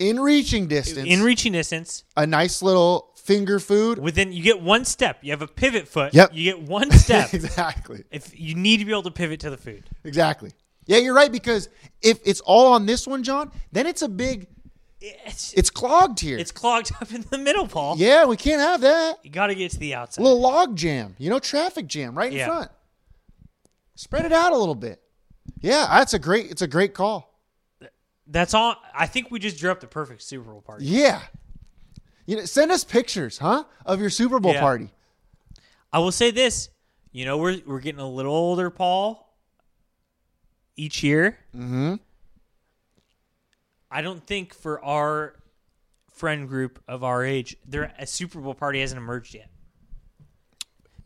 [SPEAKER 3] in reaching distance
[SPEAKER 4] In reaching distance,
[SPEAKER 3] a nice little finger food.
[SPEAKER 4] within you get one step. You have a pivot foot.
[SPEAKER 3] Yep.
[SPEAKER 4] You get
[SPEAKER 3] <laughs>
[SPEAKER 4] one step.
[SPEAKER 3] exactly.
[SPEAKER 4] If you need to be able to pivot to the food.
[SPEAKER 3] Exactly. Yeah, you're right because if it's all on this one, John, then it's a big
[SPEAKER 4] It's,
[SPEAKER 3] it's clogged here.
[SPEAKER 4] it's clogged up in the middle, Paul.
[SPEAKER 3] yeah, we can't have that.
[SPEAKER 4] You got to get to the outside.
[SPEAKER 3] little log jam, you know, traffic jam right in
[SPEAKER 4] Yeah.
[SPEAKER 3] front. Spread it out a little bit. Yeah, that's a great. It's a great call.
[SPEAKER 4] That's all. I think we just drew up the perfect Super Bowl party.
[SPEAKER 3] Yeah, you know, send us pictures, huh, of your Super Bowl
[SPEAKER 4] Yeah.
[SPEAKER 3] party.
[SPEAKER 4] I will say this. You know, we're we're getting a little older, Paul. Each year. Mm-hmm. I don't think for our friend group of our age, there a Super Bowl party hasn't emerged yet.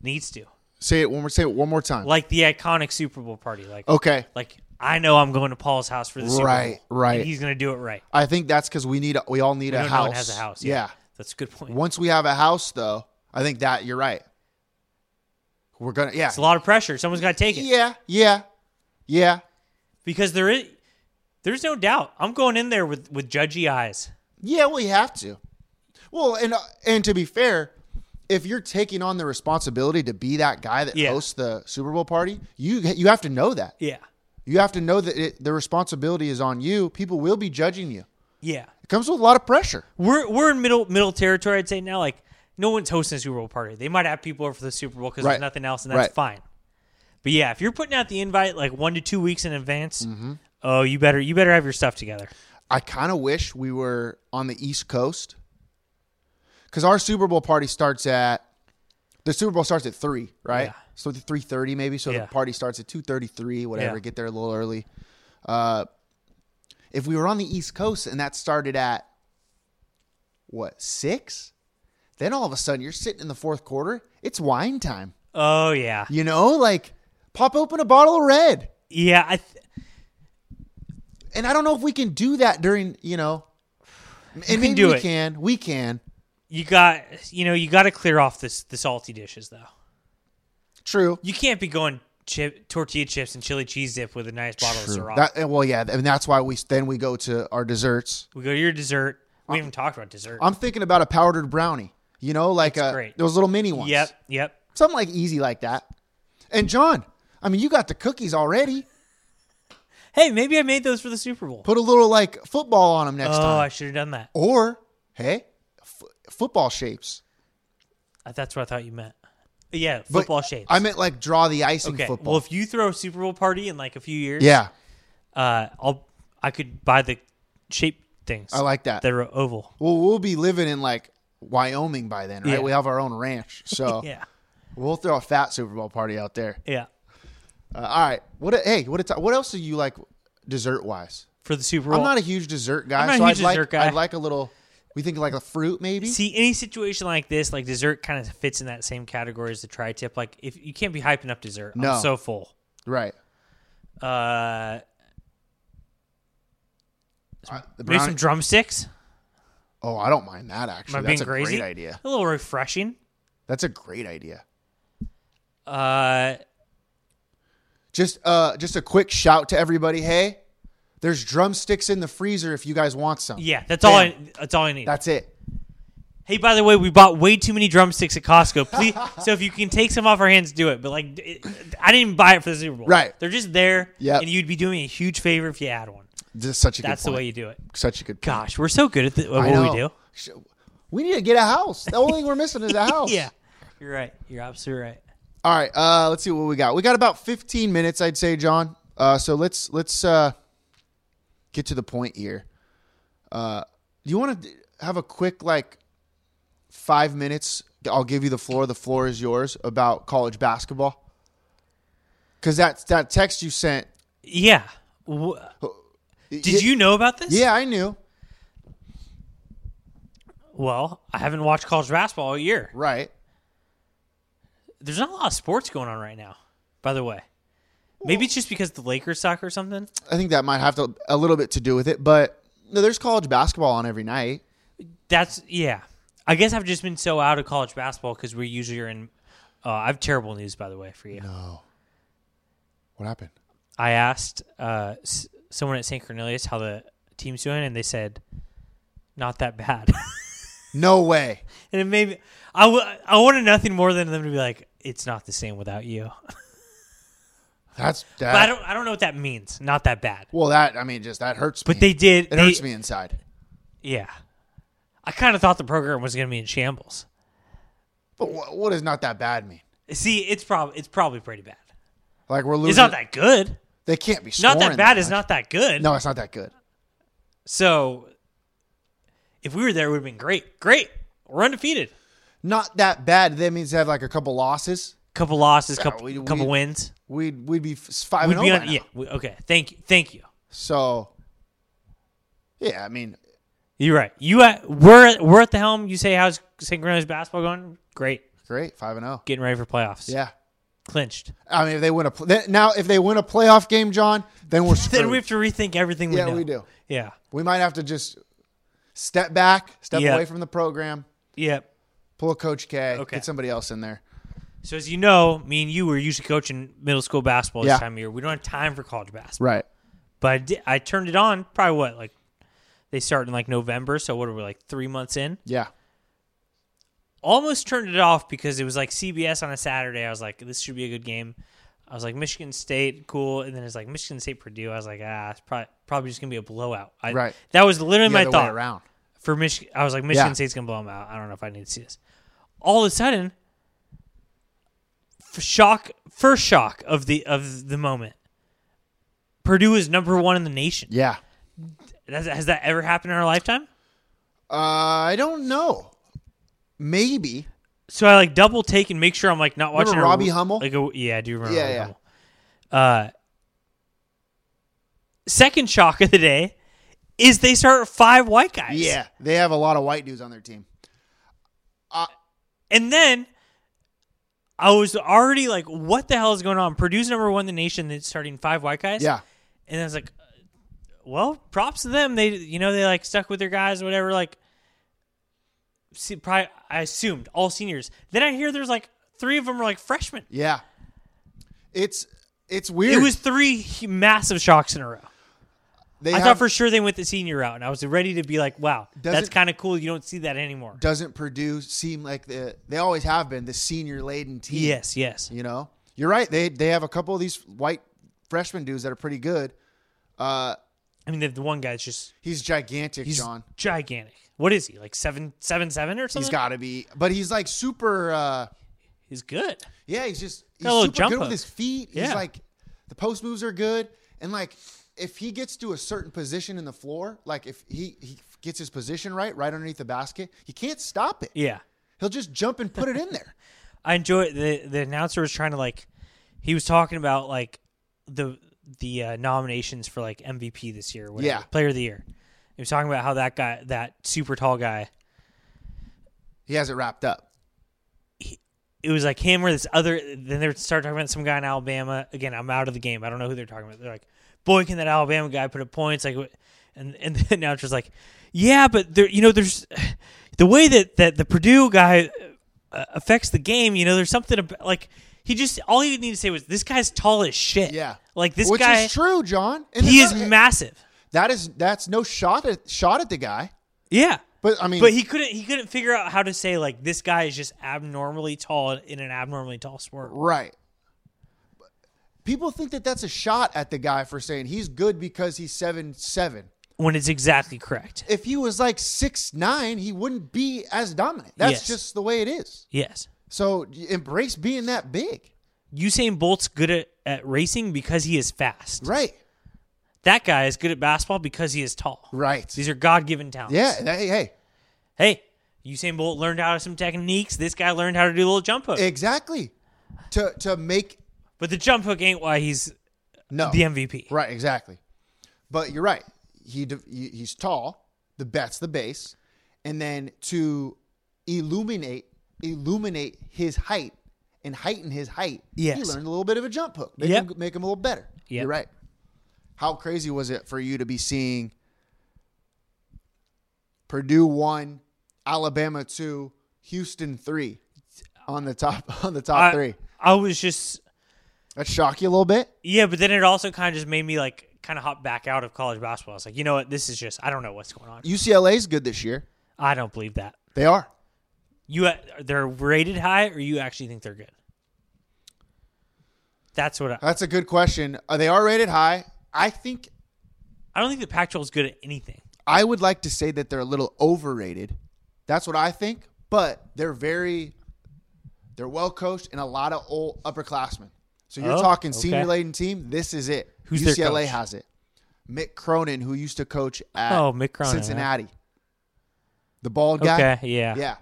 [SPEAKER 4] Needs to.
[SPEAKER 3] Say it one more. Say it one more time.
[SPEAKER 4] Like the iconic Super Bowl party. Like
[SPEAKER 3] okay,
[SPEAKER 4] like I know I'm going to Paul's house for the Super
[SPEAKER 3] Right,
[SPEAKER 4] Bowl.
[SPEAKER 3] right.
[SPEAKER 4] And he's gonna do it right.
[SPEAKER 3] I think that's because we need. We all need
[SPEAKER 4] We
[SPEAKER 3] a
[SPEAKER 4] don't
[SPEAKER 3] house.
[SPEAKER 4] know it has a house. Yeah.
[SPEAKER 3] yeah.
[SPEAKER 4] That's a good point.
[SPEAKER 3] Once we have a house, though, I think that you're right. We're gonna. Yeah.
[SPEAKER 4] It's a lot of pressure. Someone's gotta take it.
[SPEAKER 3] Yeah. Yeah. Yeah.
[SPEAKER 4] Because there is there's no doubt. I'm going in there with, with judgy eyes.
[SPEAKER 3] Yeah, well, you have to. Well, and uh, and to be fair, if you're taking on the responsibility to be that guy that
[SPEAKER 4] Yeah.
[SPEAKER 3] hosts the Super Bowl party, you you have to know that.
[SPEAKER 4] Yeah.
[SPEAKER 3] You have to know that it, the responsibility is on you. People will be judging you.
[SPEAKER 4] Yeah.
[SPEAKER 3] It comes with a lot of pressure.
[SPEAKER 4] We're we're in middle middle territory, I'd say now, like no one's hosting a Super Bowl party. They might have people over for the Super Bowl because
[SPEAKER 3] Right.
[SPEAKER 4] there's nothing else and that's
[SPEAKER 3] Right.
[SPEAKER 4] fine. But yeah, if you're putting out the invite like one to two weeks in advance,
[SPEAKER 3] Mm-hmm.
[SPEAKER 4] oh you better you better have your stuff together.
[SPEAKER 3] I kind of wish we were on the East Coast because our Super Bowl party starts at the Super Bowl starts at three, right?
[SPEAKER 4] Yeah.
[SPEAKER 3] So at three thirty maybe. So
[SPEAKER 4] Yeah.
[SPEAKER 3] the party starts at two thirty three, whatever.
[SPEAKER 4] Yeah.
[SPEAKER 3] Get there a little early. Uh, if we were on the East Coast and that started at what six, then all of a sudden you're sitting in the fourth quarter. It's wine time.
[SPEAKER 4] Oh yeah,
[SPEAKER 3] You know, like pop open a bottle of red.
[SPEAKER 4] yeah. I th-
[SPEAKER 3] And I don't know if we can do that during you know. And maybe
[SPEAKER 4] do
[SPEAKER 3] we
[SPEAKER 4] it.
[SPEAKER 3] can. We can.
[SPEAKER 4] you got you know you got to clear off this the salty dishes though.
[SPEAKER 3] True.
[SPEAKER 4] You can't be going chip tortilla chips and chili cheese dip with a nice bottle of Ciroc.
[SPEAKER 3] That, well, yeah, and that's why we then we go to our desserts.
[SPEAKER 4] we go to your dessert.
[SPEAKER 3] Uh,
[SPEAKER 4] We haven't talked about dessert.
[SPEAKER 3] I'm thinking about a powdered brownie. You know, like uh
[SPEAKER 4] great.
[SPEAKER 3] those little mini ones.
[SPEAKER 4] yep, yep.
[SPEAKER 3] Something like easy like that. And John, I mean, you got the cookies already.
[SPEAKER 4] Hey, maybe I made those for the Super Bowl.
[SPEAKER 3] Put a little like football on them next
[SPEAKER 4] oh, I
[SPEAKER 3] time.
[SPEAKER 4] should have done that.
[SPEAKER 3] Or hey, f- football shapes.
[SPEAKER 4] Uh, That's what I thought you meant. Yeah, football shapes.
[SPEAKER 3] I meant like draw the icing
[SPEAKER 4] okay.
[SPEAKER 3] football.
[SPEAKER 4] Well, if you throw a Super Bowl party in like a few years,
[SPEAKER 3] yeah,
[SPEAKER 4] uh, I'll I could buy the shape things.
[SPEAKER 3] I like that.
[SPEAKER 4] They're oval.
[SPEAKER 3] Well, we'll be living in like Wyoming by then, right?
[SPEAKER 4] Yeah.
[SPEAKER 3] We have our own ranch, so
[SPEAKER 4] <laughs> Yeah,
[SPEAKER 3] we'll throw a fat Super Bowl party out there.
[SPEAKER 4] yeah.
[SPEAKER 3] Uh, all right. What? A, hey, what? A ti- what else do you like dessert wise?
[SPEAKER 4] For the Super Bowl,
[SPEAKER 3] I'm not a huge dessert guy,
[SPEAKER 4] I'm not a
[SPEAKER 3] so
[SPEAKER 4] huge
[SPEAKER 3] I'd like
[SPEAKER 4] dessert guy.
[SPEAKER 3] I'd like a little. We think like a fruit, maybe.
[SPEAKER 4] see any situation like this. Like dessert, kind of fits in that same category as the tri-tip. Like if you can't be hyping up dessert,
[SPEAKER 3] No.
[SPEAKER 4] I'm so full.
[SPEAKER 3] right.
[SPEAKER 4] Uh,
[SPEAKER 3] Uh, the
[SPEAKER 4] maybe
[SPEAKER 3] brownie-
[SPEAKER 4] some drumsticks.
[SPEAKER 3] oh, I don't mind that actually.
[SPEAKER 4] Am I
[SPEAKER 3] That's
[SPEAKER 4] being
[SPEAKER 3] a
[SPEAKER 4] crazy?
[SPEAKER 3] great idea.
[SPEAKER 4] A little refreshing.
[SPEAKER 3] That's a great idea.
[SPEAKER 4] Uh,
[SPEAKER 3] Just uh, just a quick shout to everybody. Hey, there's drumsticks in the freezer if you guys want some.
[SPEAKER 4] yeah, that's all. I,
[SPEAKER 3] Bam.
[SPEAKER 4] that's all I need.
[SPEAKER 3] That's it.
[SPEAKER 4] Hey, by the way, we bought way too many drumsticks at Costco. Please, <laughs> so if you can take some off our hands, do it. But like, it, I didn't buy it for the Super Bowl.
[SPEAKER 3] Right.
[SPEAKER 4] They're just there.
[SPEAKER 3] Yep.
[SPEAKER 4] and you'd be doing a huge favor if you had one.
[SPEAKER 3] This is such a
[SPEAKER 4] That's
[SPEAKER 3] good
[SPEAKER 4] the
[SPEAKER 3] point.
[SPEAKER 4] way you do it.
[SPEAKER 3] Such a good. Point.
[SPEAKER 4] Gosh, we're so good at the,
[SPEAKER 3] I
[SPEAKER 4] what we
[SPEAKER 3] know.
[SPEAKER 4] do.
[SPEAKER 3] Sh- We need to get a house. The only thing we're missing is a house.
[SPEAKER 4] <laughs> Yeah, you're right. You're absolutely right.
[SPEAKER 3] All right, uh, let's see what we got. We got about 15 minutes, I'd say, John. Uh, so let's let's uh, get to the point here. Uh, do you want to have a quick like five minutes? I'll give you the floor. The floor is yours about college basketball. Because that that text you sent,
[SPEAKER 4] Yeah. Wh- Did you know about this?
[SPEAKER 3] yeah, I knew.
[SPEAKER 4] Well, I haven't watched college basketball all year.
[SPEAKER 3] Right,
[SPEAKER 4] There's not a lot of sports going on right now. By the way, maybe it's just because the Lakers suck or something.
[SPEAKER 3] I think that might have to a little bit to do with it, but no, there's college basketball on every night.
[SPEAKER 4] That's yeah. I guess I've just been so out of college basketball because we usually are in. Uh, I have terrible news, by the way, for you.
[SPEAKER 3] What happened?
[SPEAKER 4] I asked uh, s- someone at St. Cornelius how the team's doing, and they said, "Not that bad." <laughs>
[SPEAKER 3] No way.
[SPEAKER 4] and it made me, I, w- I wanted nothing more than them to be like, "It's not the same without you." <laughs>
[SPEAKER 3] That's that.
[SPEAKER 4] But I don't I don't know what that means. Not that bad,
[SPEAKER 3] Uh, well, that I mean, just that hurts.
[SPEAKER 4] but
[SPEAKER 3] me.
[SPEAKER 4] they did.
[SPEAKER 3] It
[SPEAKER 4] they-
[SPEAKER 3] hurts me inside.
[SPEAKER 4] Yeah, I kind of thought the program was going to be in shambles.
[SPEAKER 3] But wh- what does not that bad mean?
[SPEAKER 4] See, it's probably it's probably pretty bad.
[SPEAKER 3] Like we're losing.
[SPEAKER 4] It's not that good.
[SPEAKER 3] They can't be
[SPEAKER 4] Not that
[SPEAKER 3] scoring
[SPEAKER 4] bad is
[SPEAKER 3] much.
[SPEAKER 4] not that good.
[SPEAKER 3] No, it's not that good.
[SPEAKER 4] So if we were there, it would have been great. Great. We're undefeated.
[SPEAKER 3] Not that bad. That means they have like a couple losses.
[SPEAKER 4] Couple losses, couple
[SPEAKER 3] we-
[SPEAKER 4] couple
[SPEAKER 3] we-
[SPEAKER 4] wins.
[SPEAKER 3] We'd we'd be f- five
[SPEAKER 4] We'd
[SPEAKER 3] and
[SPEAKER 4] be
[SPEAKER 3] zero.
[SPEAKER 4] on, yeah. we- okay. Thank you. Thank you.
[SPEAKER 3] So, yeah, I mean,
[SPEAKER 4] You're right. You at we're at, we're at the helm. You say how's St. Grano's basketball going? Great.
[SPEAKER 3] great five and zero.
[SPEAKER 4] Getting ready for playoffs.
[SPEAKER 3] Yeah,
[SPEAKER 4] Clinched.
[SPEAKER 3] I mean, if they win a pl- then- now if they win a playoff game, John, then we're screwed.
[SPEAKER 4] <laughs> Then we have to rethink everything we
[SPEAKER 3] yeah,
[SPEAKER 4] know.
[SPEAKER 3] we do.
[SPEAKER 4] Yeah.
[SPEAKER 3] We might have to just step back, step
[SPEAKER 4] Yeah.
[SPEAKER 3] away from the program,
[SPEAKER 4] Yeah.
[SPEAKER 3] pull a coach K,
[SPEAKER 4] Okay.
[SPEAKER 3] get somebody else in there.
[SPEAKER 4] So as you know, me and you were usually coaching middle school basketball this
[SPEAKER 3] Yeah.
[SPEAKER 4] time of year. We don't have time for college basketball.
[SPEAKER 3] Right.
[SPEAKER 4] But I, did, I turned it on probably what like they start in like November, so what are we like three months in?
[SPEAKER 3] Yeah.
[SPEAKER 4] Almost turned it off because it was like CBS on a Saturday. I was like, this should be a good game. I was like Michigan State, cool, and then it's like Michigan State Purdue. I was like, ah, it's probably probably just gonna be a blowout. I,
[SPEAKER 3] Right.
[SPEAKER 4] That was literally
[SPEAKER 3] The
[SPEAKER 4] my
[SPEAKER 3] other way
[SPEAKER 4] thought
[SPEAKER 3] around.
[SPEAKER 4] for Michigan. I was like, Michigan
[SPEAKER 3] Yeah.
[SPEAKER 4] State's gonna blow them out. I don't know if I need to see this. All of a sudden, f- shock, first shock of the of the moment. Purdue is number one in the nation.
[SPEAKER 3] Yeah.
[SPEAKER 4] Has, has that ever happened in our lifetime?
[SPEAKER 3] Uh, I don't know. Maybe.
[SPEAKER 4] so I like double take and make sure I'm like not
[SPEAKER 3] Remember
[SPEAKER 4] watching a-
[SPEAKER 3] Robbie Hummel?
[SPEAKER 4] Like a, yeah, I do remember.
[SPEAKER 3] Yeah,
[SPEAKER 4] Robbie
[SPEAKER 3] yeah.
[SPEAKER 4] Hummel. Uh, second shock of the day is they start five white guys.
[SPEAKER 3] Yeah, they have a lot of white dudes on their team.
[SPEAKER 4] And then I was already like, what the hell is going on? Purdue's number one in the nation. They're starting five white guys.
[SPEAKER 3] Yeah,
[SPEAKER 4] And I was like, well, props to them. They, you know, they like stuck with their guys, whatever. Like, see, probably, I assumed all seniors. Then I hear there's like three of them are like freshmen.
[SPEAKER 3] yeah. It's it's weird.
[SPEAKER 4] It was three hu- massive shocks in a row.
[SPEAKER 3] They
[SPEAKER 4] I
[SPEAKER 3] have-
[SPEAKER 4] thought for sure they went the senior route, and I was ready to be like, wow, that's
[SPEAKER 3] Doesn't-
[SPEAKER 4] kind of cool. You don't see that anymore.
[SPEAKER 3] doesn't Purdue seem like the they always have been the senior laden team?
[SPEAKER 4] Yes, yes.
[SPEAKER 3] You know, you're right. They they have a couple of these white freshman dudes that are pretty good. Uh,
[SPEAKER 4] I mean, the, the one guy's just
[SPEAKER 3] he's gigantic,
[SPEAKER 4] he's
[SPEAKER 3] John.
[SPEAKER 4] gigantic. What is he like seven, seven, seven or something?
[SPEAKER 3] He's got to be, but he's like super. Uh,
[SPEAKER 4] He's good.
[SPEAKER 3] yeah, he's just he's
[SPEAKER 4] Got a little
[SPEAKER 3] super
[SPEAKER 4] jump
[SPEAKER 3] good with
[SPEAKER 4] hook.
[SPEAKER 3] his feet. He's
[SPEAKER 4] Yeah.
[SPEAKER 3] like the post moves are good, and like if he gets to a certain position in the floor, like if he he gets his position right, right underneath the basket, he can't stop it.
[SPEAKER 4] Yeah,
[SPEAKER 3] He'll just jump and put it in
[SPEAKER 4] <laughs>
[SPEAKER 3] there.
[SPEAKER 4] I enjoy the the announcer was trying to like he was talking about like the the uh, nominations for like MVP this year, whatever,
[SPEAKER 3] Yeah.
[SPEAKER 4] player of the year. He was talking about how that guy, that super tall guy,
[SPEAKER 3] He has it wrapped up.
[SPEAKER 4] it was like him or this other. Then they start talking about some guy in Alabama. Again, I'm out of the game. I don't know who they're talking about. They're like, boy, can that Alabama guy put up points? Like, what- and and the <laughs> announcer's like, yeah, but there, you know, there's <sighs> the way that that the Purdue guy uh, affects the game. You know, there's something about like he just all he needed to say was this guy's tall as shit.
[SPEAKER 3] Yeah,
[SPEAKER 4] like this
[SPEAKER 3] which
[SPEAKER 4] guy,
[SPEAKER 3] is true, John. And
[SPEAKER 4] he
[SPEAKER 3] it's
[SPEAKER 4] is
[SPEAKER 3] not-
[SPEAKER 4] massive.
[SPEAKER 3] That is that's no shot at shot at the guy.
[SPEAKER 4] Yeah.
[SPEAKER 3] But I mean,
[SPEAKER 4] But he couldn't. He couldn't figure out how to say like this guy is just abnormally tall in an abnormally tall sport.
[SPEAKER 3] right. People think that that's a shot at the guy for saying he's good because he's seven seven.
[SPEAKER 4] When it's exactly correct.
[SPEAKER 3] If he was like six nine, he wouldn't be as dominant. That's
[SPEAKER 4] Yes.
[SPEAKER 3] just the way it is.
[SPEAKER 4] Yes.
[SPEAKER 3] So y- embrace being that big,
[SPEAKER 4] Usain Bolt's good at, at racing because he is fast.
[SPEAKER 3] right?
[SPEAKER 4] That guy is good at basketball because he is tall.
[SPEAKER 3] Right.
[SPEAKER 4] These are God given talents.
[SPEAKER 3] Yeah. Hey, hey.
[SPEAKER 4] Hey, Usain Bolt learned how to some techniques. This guy learned how to do a little jump hook.
[SPEAKER 3] Exactly. To to make
[SPEAKER 4] but the jump hook ain't why he's
[SPEAKER 3] no
[SPEAKER 4] the MVP.
[SPEAKER 3] Right, exactly. But you're right. He de- he- he's tall. The that's the base, and then to illuminate illuminate his height and heighten his height. he
[SPEAKER 4] Yes.
[SPEAKER 3] learned a little bit of a jump hook. Make
[SPEAKER 4] Yep.
[SPEAKER 3] him make him a little better.
[SPEAKER 4] Yep.
[SPEAKER 3] You're right. How crazy was it for you to be seeing Purdue one, Alabama two, Houston three on the top <laughs> on the top
[SPEAKER 4] I,
[SPEAKER 3] three?
[SPEAKER 4] I was just
[SPEAKER 3] That shock you a little bit.
[SPEAKER 4] yeah, but then it also kind of just made me like kind of hop back out of college basketball. I was like, you know what? This is just I don't know what's going on.
[SPEAKER 3] UCLA's good this year.
[SPEAKER 4] I don't believe that.
[SPEAKER 3] They are.
[SPEAKER 4] You uh, they're rated high, or you actually think they're good? That's what I,
[SPEAKER 3] That's a good question. Uh, they are rated high. I think
[SPEAKER 4] I don't think the Pac-12 is good at anything.
[SPEAKER 3] I would like to say that they're a little overrated. That's what I think. But they're very, they're well coached and a lot of old upperclassmen. So you're
[SPEAKER 4] Oh,
[SPEAKER 3] talking
[SPEAKER 4] okay.
[SPEAKER 3] senior laden team. This is it.
[SPEAKER 4] Who's their
[SPEAKER 3] UCLA
[SPEAKER 4] coach?
[SPEAKER 3] has it. Mick Cronin, who used to coach at
[SPEAKER 4] Oh, Mick Cronin, huh?
[SPEAKER 3] Cincinnati, the bald guy.
[SPEAKER 4] Okay, yeah.
[SPEAKER 3] yeah.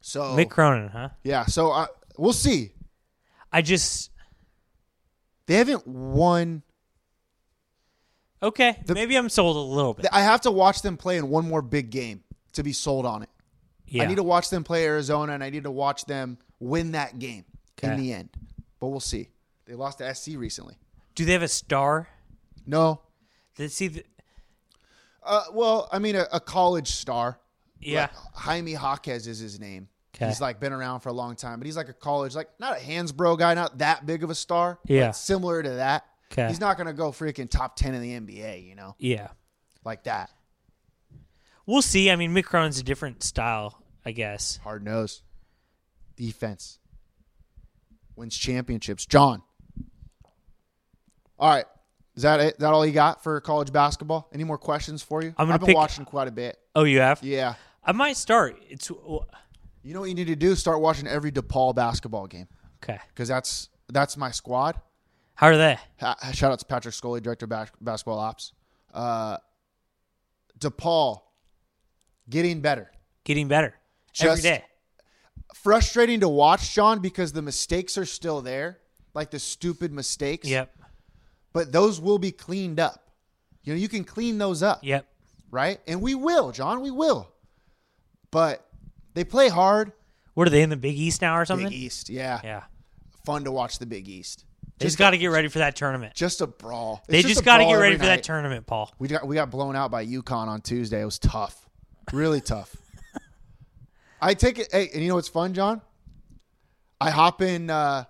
[SPEAKER 3] So
[SPEAKER 4] Mick Cronin, huh?
[SPEAKER 3] yeah, so uh, we'll see.
[SPEAKER 4] I just
[SPEAKER 3] They haven't won
[SPEAKER 4] okay. maybe I'm sold a little bit.
[SPEAKER 3] Th- I have to watch them play in one more big game to be sold on it.
[SPEAKER 4] yeah.
[SPEAKER 3] I need to watch them play Arizona, and I need to watch them win that game in
[SPEAKER 4] Okay.
[SPEAKER 3] the end. But we'll see. They lost to SC recently.
[SPEAKER 4] Do they have a star?
[SPEAKER 3] No.
[SPEAKER 4] Let's see. The,
[SPEAKER 3] Uh, well, I mean, a, a college star.
[SPEAKER 4] yeah.
[SPEAKER 3] Like, Jaime Jaquez is his name.
[SPEAKER 4] 'Kay.
[SPEAKER 3] He's like been around for a long time, but he's like a college, like not a Hansbro guy, not that big of a star. but
[SPEAKER 4] Yeah.
[SPEAKER 3] similar to that.
[SPEAKER 4] 'Kay.
[SPEAKER 3] He's not going to go freaking top 10 in the NBA, you know,
[SPEAKER 4] yeah.
[SPEAKER 3] like that.
[SPEAKER 4] We'll see. I mean, Mick Cronin's a different style, I guess.
[SPEAKER 3] Hard nose. Defense. Wins championships. John. All right. Is that it? That all you got for college basketball? Any more questions for you?
[SPEAKER 4] I'm gonna
[SPEAKER 3] have been
[SPEAKER 4] pick-
[SPEAKER 3] watching quite a bit.
[SPEAKER 4] Oh, you have?
[SPEAKER 3] Yeah.
[SPEAKER 4] I might start. It's
[SPEAKER 3] You know what you need to do? Start watching every DePaul basketball game
[SPEAKER 4] okay.
[SPEAKER 3] because that's that's my squad.
[SPEAKER 4] How are they?
[SPEAKER 3] Ha- shout out to Patrick Scully, director of bas- basketball ops. Uh, DePaul getting better.
[SPEAKER 4] getting better
[SPEAKER 3] Just-
[SPEAKER 4] every day.
[SPEAKER 3] Frustrating to watch, John, because the mistakes are still there, like the stupid mistakes.
[SPEAKER 4] Yep.
[SPEAKER 3] But those will be cleaned up. You know, you can clean those up.
[SPEAKER 4] Yep.
[SPEAKER 3] Right? And we will, John. We will. But they play hard.
[SPEAKER 4] What are they in the Big East now or something?
[SPEAKER 3] Big East, yeah.
[SPEAKER 4] Yeah.
[SPEAKER 3] fun to watch the Big East.
[SPEAKER 4] They just got to get ready for that tournament.
[SPEAKER 3] Just a brawl.
[SPEAKER 4] they
[SPEAKER 3] It's
[SPEAKER 4] just
[SPEAKER 3] a
[SPEAKER 4] got to get
[SPEAKER 3] brawl
[SPEAKER 4] ready
[SPEAKER 3] every
[SPEAKER 4] for that
[SPEAKER 3] night.
[SPEAKER 4] tournament, Paul.
[SPEAKER 3] We got we got blown out by UConn on Tuesday. It was tough, really
[SPEAKER 4] <laughs>
[SPEAKER 3] tough. I take it. Hey, and you know what's fun, John? I hop in uh,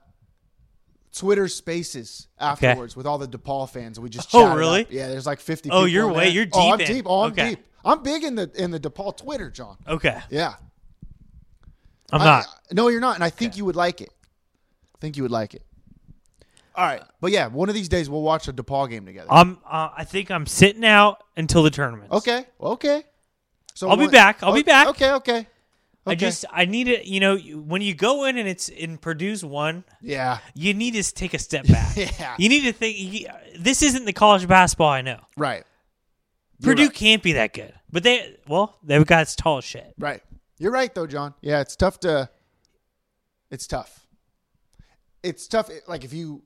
[SPEAKER 3] Twitter Spaces afterwards with all the DePaul fans. and We just
[SPEAKER 4] <laughs> Oh,
[SPEAKER 3] chat it
[SPEAKER 4] really?
[SPEAKER 3] up. Yeah, there's like fifty.
[SPEAKER 4] Oh,
[SPEAKER 3] people
[SPEAKER 4] you're
[SPEAKER 3] in
[SPEAKER 4] way-
[SPEAKER 3] there.
[SPEAKER 4] you're
[SPEAKER 3] Oh, I'm
[SPEAKER 4] deep in.
[SPEAKER 3] deep. Oh, I'm
[SPEAKER 4] Okay.
[SPEAKER 3] deep. I'm big in the in the DePaul Twitter, John.
[SPEAKER 4] Okay.
[SPEAKER 3] Yeah,
[SPEAKER 4] I'm
[SPEAKER 3] I-
[SPEAKER 4] not.
[SPEAKER 3] no, you're not, and I think you would like it. I think you would like it. All right, but yeah, one of these days we'll watch a DePaul game together.
[SPEAKER 4] I'm. Uh, I think I'm sitting out until the tournament.
[SPEAKER 3] okay, okay. So
[SPEAKER 4] I'll be
[SPEAKER 3] one-
[SPEAKER 4] back. I'll
[SPEAKER 3] o-
[SPEAKER 4] be back.
[SPEAKER 3] Okay, okay.
[SPEAKER 4] I
[SPEAKER 3] Okay.
[SPEAKER 4] just I need it. You know, when you go in and it's in Purdue's one,
[SPEAKER 3] yeah,
[SPEAKER 4] you need to take a step
[SPEAKER 3] <laughs>
[SPEAKER 4] back.
[SPEAKER 3] Yeah.
[SPEAKER 4] You need to think. You, this isn't the college basketball I know.
[SPEAKER 3] right,
[SPEAKER 4] Purdue can't be that good, but they well they've got as tall as shit.
[SPEAKER 3] right. You're right though, John. Yeah, it's tough to. It's tough. It's tough. it- like if you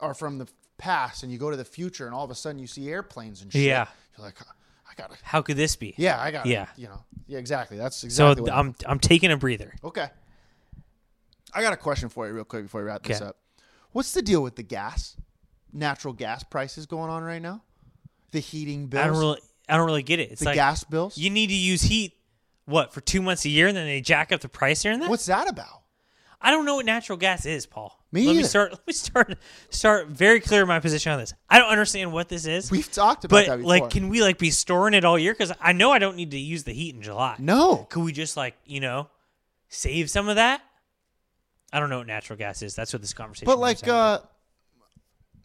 [SPEAKER 3] are from the past and you go to the future, and all of a sudden you see airplanes and shit.
[SPEAKER 4] Yeah.
[SPEAKER 3] you're like, I gotta.
[SPEAKER 4] How could this be?
[SPEAKER 3] Yeah, I gotta.
[SPEAKER 4] Yeah.
[SPEAKER 3] you know. Yeah, exactly. That's
[SPEAKER 4] So um,
[SPEAKER 3] exactly. what
[SPEAKER 4] I'm I'm taking a breather.
[SPEAKER 3] Okay. I got a question for you real quick before we wrap this
[SPEAKER 4] Okay.
[SPEAKER 3] up. What's the deal with the gas? Natural gas prices going on right now? The heating bills,
[SPEAKER 4] I don't really I don't really get it. It's
[SPEAKER 3] the
[SPEAKER 4] like
[SPEAKER 3] gas bills?
[SPEAKER 4] you need to use heat what for two months a year, and then they jack up the price here and there.
[SPEAKER 3] What's that about?
[SPEAKER 4] I don't know what natural gas is, Paul.
[SPEAKER 3] Me
[SPEAKER 4] let me
[SPEAKER 3] either.
[SPEAKER 4] start. <laughs> Let me start. Start very clear in my position on this. I don't understand what this is.
[SPEAKER 3] We've talked about
[SPEAKER 4] but
[SPEAKER 3] that before.
[SPEAKER 4] like, can we like be storing it all year? Because I know I don't need to use the heat in July.
[SPEAKER 3] no.
[SPEAKER 4] Could we just like you know save some of that? I don't know what natural gas is. That's what this conversation.
[SPEAKER 3] But
[SPEAKER 4] was
[SPEAKER 3] like
[SPEAKER 4] about.
[SPEAKER 3] uh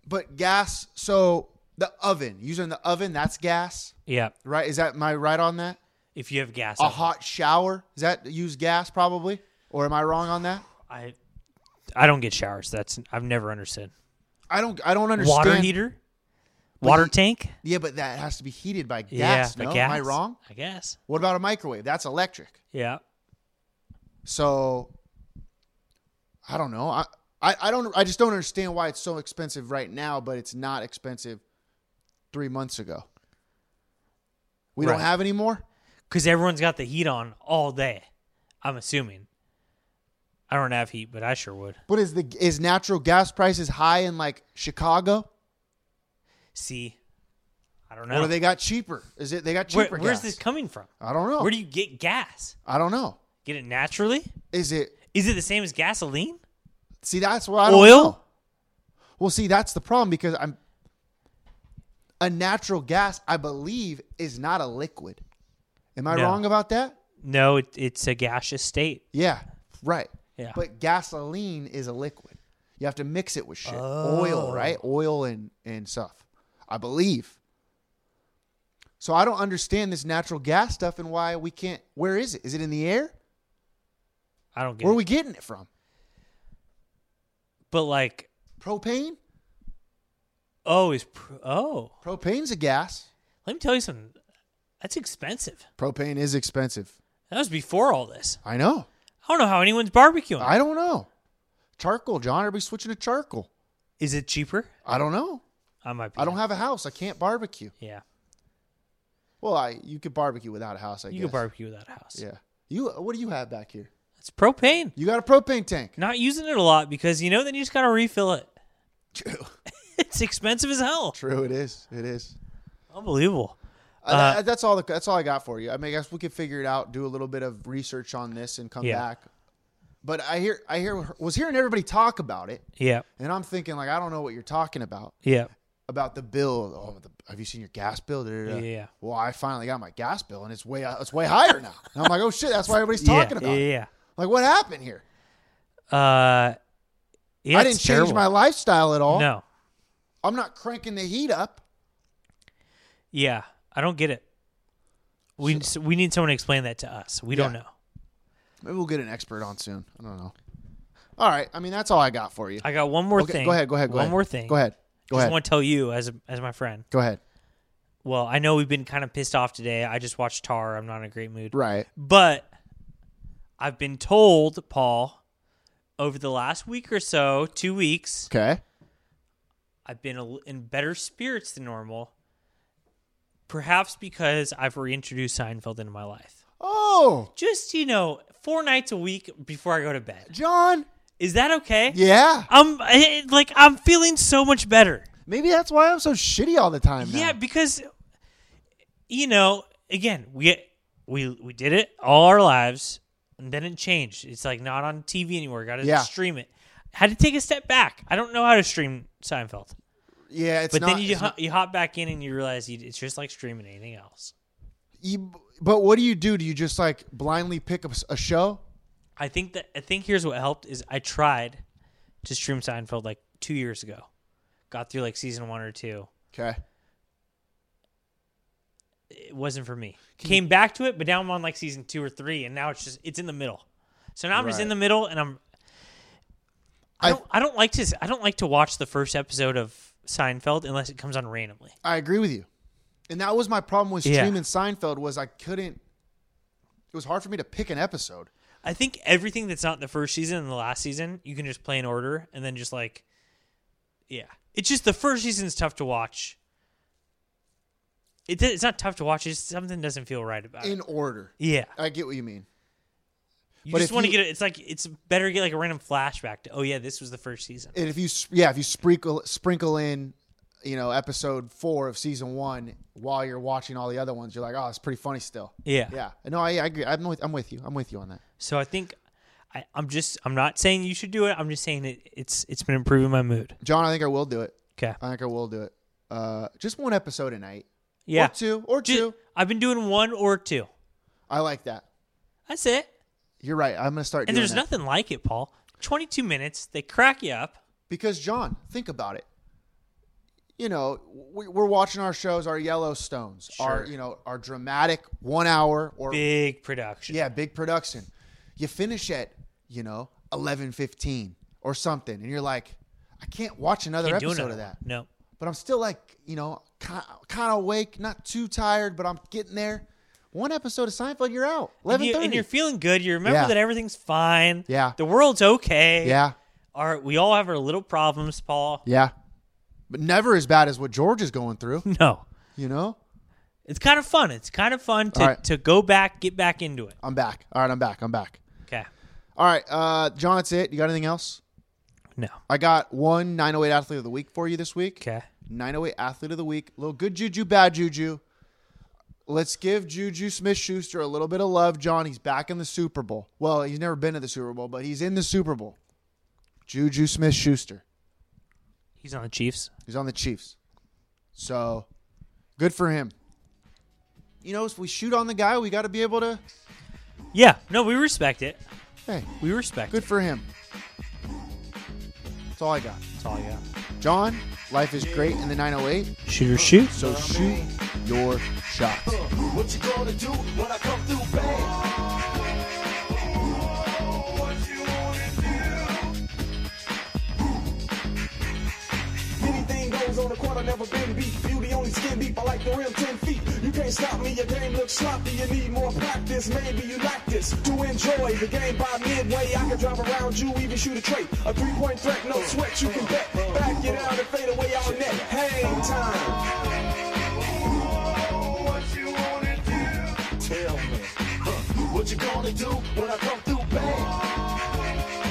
[SPEAKER 3] but gas so the oven, using the oven, that's gas,
[SPEAKER 4] yeah,
[SPEAKER 3] right? Is that am I right on that?
[SPEAKER 4] if you have gas,
[SPEAKER 3] A
[SPEAKER 4] oven.
[SPEAKER 3] hot shower, is that use gas probably? Or am I wrong on that?
[SPEAKER 4] I I don't get showers. That's I've never understood.
[SPEAKER 3] I don't I don't understand.
[SPEAKER 4] Water heater, water
[SPEAKER 3] he-
[SPEAKER 4] tank.
[SPEAKER 3] Yeah, but that has to be heated by gas.
[SPEAKER 4] yeah,
[SPEAKER 3] no?
[SPEAKER 4] but gas.
[SPEAKER 3] Am I wrong?
[SPEAKER 4] I guess.
[SPEAKER 3] What about a microwave? That's electric.
[SPEAKER 4] Yeah.
[SPEAKER 3] So I don't know. I, I, I don't I just don't understand why it's so expensive right now, but it's not expensive three months ago. We don't
[SPEAKER 4] Right.
[SPEAKER 3] have any more?
[SPEAKER 4] because everyone's got the heat on all day. I'm assuming. I don't have heat, but I sure would.
[SPEAKER 3] But is the is natural gas prices high in like Chicago?
[SPEAKER 4] See, I don't know.
[SPEAKER 3] Or they got cheaper? Is it they got
[SPEAKER 4] Where-
[SPEAKER 3] cheaper
[SPEAKER 4] where's
[SPEAKER 3] gas? Oh.
[SPEAKER 4] this coming from?
[SPEAKER 3] I don't know.
[SPEAKER 4] Where do you get gas?
[SPEAKER 3] I don't know.
[SPEAKER 4] Get it naturally?
[SPEAKER 3] Is it
[SPEAKER 4] Is it the same as gasoline?
[SPEAKER 3] see that's what I don't know.
[SPEAKER 4] Oil?
[SPEAKER 3] Well, see, that's the problem because I'm a natural gas. I believe is not a liquid. Am I
[SPEAKER 4] No.
[SPEAKER 3] wrong about that?
[SPEAKER 4] No, it, it's a gaseous state.
[SPEAKER 3] Yeah, right.
[SPEAKER 4] Yeah.
[SPEAKER 3] But gasoline is a liquid. You have to mix it with shit, oil, right? Oil and and stuff. I believe. So I don't understand this natural gas stuff and why we can't. Where is it? Is it in the air?
[SPEAKER 4] I don't get
[SPEAKER 3] Where
[SPEAKER 4] it.
[SPEAKER 3] are we getting it from?
[SPEAKER 4] but like,
[SPEAKER 3] Propane.
[SPEAKER 4] oh, is pr- oh.
[SPEAKER 3] Propane's a gas.
[SPEAKER 4] Let me tell you something. That's expensive.
[SPEAKER 3] Propane is expensive.
[SPEAKER 4] That was before all this.
[SPEAKER 3] I know.
[SPEAKER 4] I don't know how anyone's barbecuing.
[SPEAKER 3] I don't know. Charcoal, John. Everybody's switching to charcoal.
[SPEAKER 4] is it cheaper?
[SPEAKER 3] I don't know.
[SPEAKER 4] I might. Be
[SPEAKER 3] I don't have a house. I can't barbecue.
[SPEAKER 4] Yeah,
[SPEAKER 3] Well, I you could barbecue without a house. I
[SPEAKER 4] you
[SPEAKER 3] guess.
[SPEAKER 4] can barbecue without a house.
[SPEAKER 3] Yeah. You what do you have back here?
[SPEAKER 4] it's propane.
[SPEAKER 3] You got a propane tank.
[SPEAKER 4] not using it a lot because you know then you just gotta refill it.
[SPEAKER 3] <laughs>
[SPEAKER 4] <laughs>
[SPEAKER 3] True.
[SPEAKER 4] It's expensive as hell.
[SPEAKER 3] True. It is. It is.
[SPEAKER 4] Unbelievable.
[SPEAKER 3] Uh, that- that's all. The, that's all I got for you. I mean, I guess we could figure it out, do a little bit of research on this, and come
[SPEAKER 4] Yeah.
[SPEAKER 3] back. But I hear, I hear, was hearing everybody talk about it,
[SPEAKER 4] Yeah.
[SPEAKER 3] and I'm thinking like, I don't know what you're talking about.
[SPEAKER 4] Yeah.
[SPEAKER 3] about the bill. Oh, the, have you seen your gas bill? Da, da, da.
[SPEAKER 4] Yeah.
[SPEAKER 3] Well, I finally got my gas bill, and it's way it's way higher now. And I'm like, oh shit, that's why everybody's talking
[SPEAKER 4] yeah,
[SPEAKER 3] about it.
[SPEAKER 4] yeah,
[SPEAKER 3] Like, what happened here?
[SPEAKER 4] yeah. Uh yeah,
[SPEAKER 3] I
[SPEAKER 4] it's
[SPEAKER 3] didn't change
[SPEAKER 4] terrible.
[SPEAKER 3] my lifestyle at all.
[SPEAKER 4] No.
[SPEAKER 3] I'm not cranking the heat up.
[SPEAKER 4] Yeah. I don't get it. We s we need someone to explain that to us. We don't
[SPEAKER 3] Yeah.
[SPEAKER 4] know.
[SPEAKER 3] Maybe we'll get an expert on soon. I don't know. All right. I mean, that's all I got for you.
[SPEAKER 4] I got one more
[SPEAKER 3] Okay,
[SPEAKER 4] thing.
[SPEAKER 3] Go ahead. Go ahead. Go
[SPEAKER 4] one
[SPEAKER 3] ahead.
[SPEAKER 4] more thing.
[SPEAKER 3] Go ahead. Go
[SPEAKER 4] just
[SPEAKER 3] ahead.
[SPEAKER 4] want to tell you as a, as my friend.
[SPEAKER 3] go ahead.
[SPEAKER 4] Well, I know we've been kind of pissed off today. I just watched Tar. I'm not in a great mood.
[SPEAKER 3] Right.
[SPEAKER 4] But I've been told, Paul, over the last week or so, two weeks,
[SPEAKER 3] Okay.
[SPEAKER 4] I've been a- in better spirits than normal. Perhaps because I've reintroduced Seinfeld into my life.
[SPEAKER 3] Oh,
[SPEAKER 4] Just, you know, four nights a week before I go to bed.
[SPEAKER 3] John.
[SPEAKER 4] Is that okay?
[SPEAKER 3] Yeah.
[SPEAKER 4] I'm I- like I'm feeling so much better.
[SPEAKER 3] Maybe that's why I'm so shitty all the time. now.
[SPEAKER 4] Yeah, because you know, again, we we we did it all our lives, and then it changed. It's like not on TV anymore. Got to
[SPEAKER 3] Yeah.
[SPEAKER 4] stream it. Had to take a step back. I don't know how to stream Seinfeld,
[SPEAKER 3] Yeah. It's
[SPEAKER 4] but
[SPEAKER 3] not.
[SPEAKER 4] then you
[SPEAKER 3] it's
[SPEAKER 4] ho-
[SPEAKER 3] not-
[SPEAKER 4] you hop back in and you realize you, it's just like streaming anything else.
[SPEAKER 3] you- e-, but what do you do? Do you just like blindly pick up s- a show?
[SPEAKER 4] I think that I think here's what helped is I tried to stream Seinfeld like two years ago, got through like season one or two.
[SPEAKER 3] Okay.
[SPEAKER 4] it wasn't for me. Came back to it, but now I'm on like season two or three, and now it's just it's in the middle. So now I'm just
[SPEAKER 3] Right.
[SPEAKER 4] in the middle, and I'm.
[SPEAKER 3] I-
[SPEAKER 4] I don't. I, don't like to. s- I don't like to watch the first episode of Seinfeld unless it comes on randomly.
[SPEAKER 3] I agree with you. And that was my problem with
[SPEAKER 4] Yeah.
[SPEAKER 3] streaming Seinfeld was I couldn't. It was hard for me to pick an episode.
[SPEAKER 4] I think everything that's not in the first season and the last season, you can just play in order, and then just like, yeah, it's just the first season's tough to watch. It, it's not tough to watch. It's something doesn't feel right about it.
[SPEAKER 3] In order.
[SPEAKER 4] Yeah,
[SPEAKER 3] I get what you mean.
[SPEAKER 4] you
[SPEAKER 3] but
[SPEAKER 4] just
[SPEAKER 3] if
[SPEAKER 4] want to
[SPEAKER 3] you-
[SPEAKER 4] get. A, it's like it's better to get like a random flashback to. Oh yeah, this was the first season.
[SPEAKER 3] And if you s- yeah, if you sprinkle sprinkle in, you know, episode four of season one while you're watching all the other ones, you're like, oh, it's pretty funny still.
[SPEAKER 4] Yeah.
[SPEAKER 3] Yeah. No, I, I agree. I'm with, I'm with you. I'm with you on that.
[SPEAKER 4] So I think I, I'm just I'm not saying you should do it. I'm just saying it, it's it's been improving my mood.
[SPEAKER 3] John, I think I will do it.
[SPEAKER 4] Okay.
[SPEAKER 3] I think I will do it. Uh, just one episode a night.
[SPEAKER 4] Yeah.
[SPEAKER 3] Or two. Or
[SPEAKER 4] Ju-
[SPEAKER 3] two.
[SPEAKER 4] I've been doing one or two.
[SPEAKER 3] I like that.
[SPEAKER 4] That's it.
[SPEAKER 3] You're right. I'm gonna start.
[SPEAKER 4] And
[SPEAKER 3] doing
[SPEAKER 4] there's
[SPEAKER 3] that.
[SPEAKER 4] nothing like it, Paul. 22 minutes. They crack you up.
[SPEAKER 3] Because John, think about it. You know, we, we're watching our shows, our Yellowstones, our
[SPEAKER 4] Sure.
[SPEAKER 3] you know, our dramatic one hour or
[SPEAKER 4] Big production.
[SPEAKER 3] yeah, big production. You finish at you know eleven fifteen or something, and you're like, I can't watch another
[SPEAKER 4] Can't do
[SPEAKER 3] episode
[SPEAKER 4] another
[SPEAKER 3] of
[SPEAKER 4] one.
[SPEAKER 3] that.
[SPEAKER 4] No.
[SPEAKER 3] But I'm still like you know kind of awake, not too tired, but I'm getting there. One episode of Seinfeld, you're out.
[SPEAKER 4] And,
[SPEAKER 3] Eleven
[SPEAKER 4] you, and
[SPEAKER 3] thirty.
[SPEAKER 4] you're feeling good. You remember
[SPEAKER 3] Yeah.
[SPEAKER 4] that everything's fine.
[SPEAKER 3] Yeah.
[SPEAKER 4] The world's okay.
[SPEAKER 3] Yeah,
[SPEAKER 4] All right. We all have our little problems, Paul.
[SPEAKER 3] yeah. But never as bad as what George is going through.
[SPEAKER 4] No.
[SPEAKER 3] You know.
[SPEAKER 4] It's kind of fun. It's kind of fun to,
[SPEAKER 3] All right.
[SPEAKER 4] to go back, get back into it.
[SPEAKER 3] I'm back. All right, I'm back. I'm back.
[SPEAKER 4] Okay.
[SPEAKER 3] All right, uh, John, that's it. You got anything else?
[SPEAKER 4] No.
[SPEAKER 3] I got one 908 athlete of the week for you this week.
[SPEAKER 4] Okay.
[SPEAKER 3] 908 athlete of the week. Little good juju, bad juju. Let's give Juju Smith Schuster a little bit of love, John. He's back in the Super Bowl. Well, he's never been to the Super Bowl, but he's in the Super Bowl. Juju Smith Schuster.
[SPEAKER 4] He's on the Chiefs.
[SPEAKER 3] He's on the Chiefs. So good for him. You know, if we shoot on the guy, we got to be able to.
[SPEAKER 4] Yeah. No, we respect it.
[SPEAKER 3] Hey,
[SPEAKER 4] We respect
[SPEAKER 3] good
[SPEAKER 4] it.
[SPEAKER 3] for him. That's all I got.
[SPEAKER 4] That's all I got.
[SPEAKER 3] John, life is great in the 908,
[SPEAKER 4] Shoot or shoot.
[SPEAKER 3] so shoot your shot.
[SPEAKER 5] What you gonna do when I come through bang?
[SPEAKER 6] Anything goes on the court, I never been beat. Beauty only skin deep, I like the rim 10 feet. You can't stop me, your game looks sloppy. You need more practice, maybe you like this. To enjoy the game by midway, I can drive around you, even shoot a trait. A three point threat, no sweat, you can bet. Back it out and fade away all net. Hang time.
[SPEAKER 5] Tell me, huh, what you gonna do when I come through bang?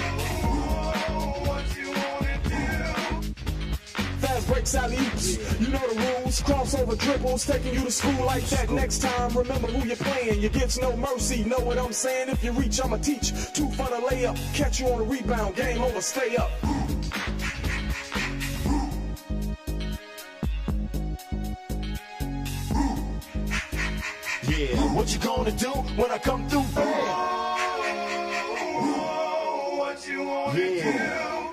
[SPEAKER 6] Fast breaks out oops. You know the rules. Crossover dribbles, taking you to school like that. Next time, remember who you're playing. You get no mercy. Know what I'm saying? If you reach, I'ma teach. Two for the layup. Catch you on the rebound. Game over. Stay up.
[SPEAKER 5] Yeah, what you gonna do when I come through bang?
[SPEAKER 6] Yeah.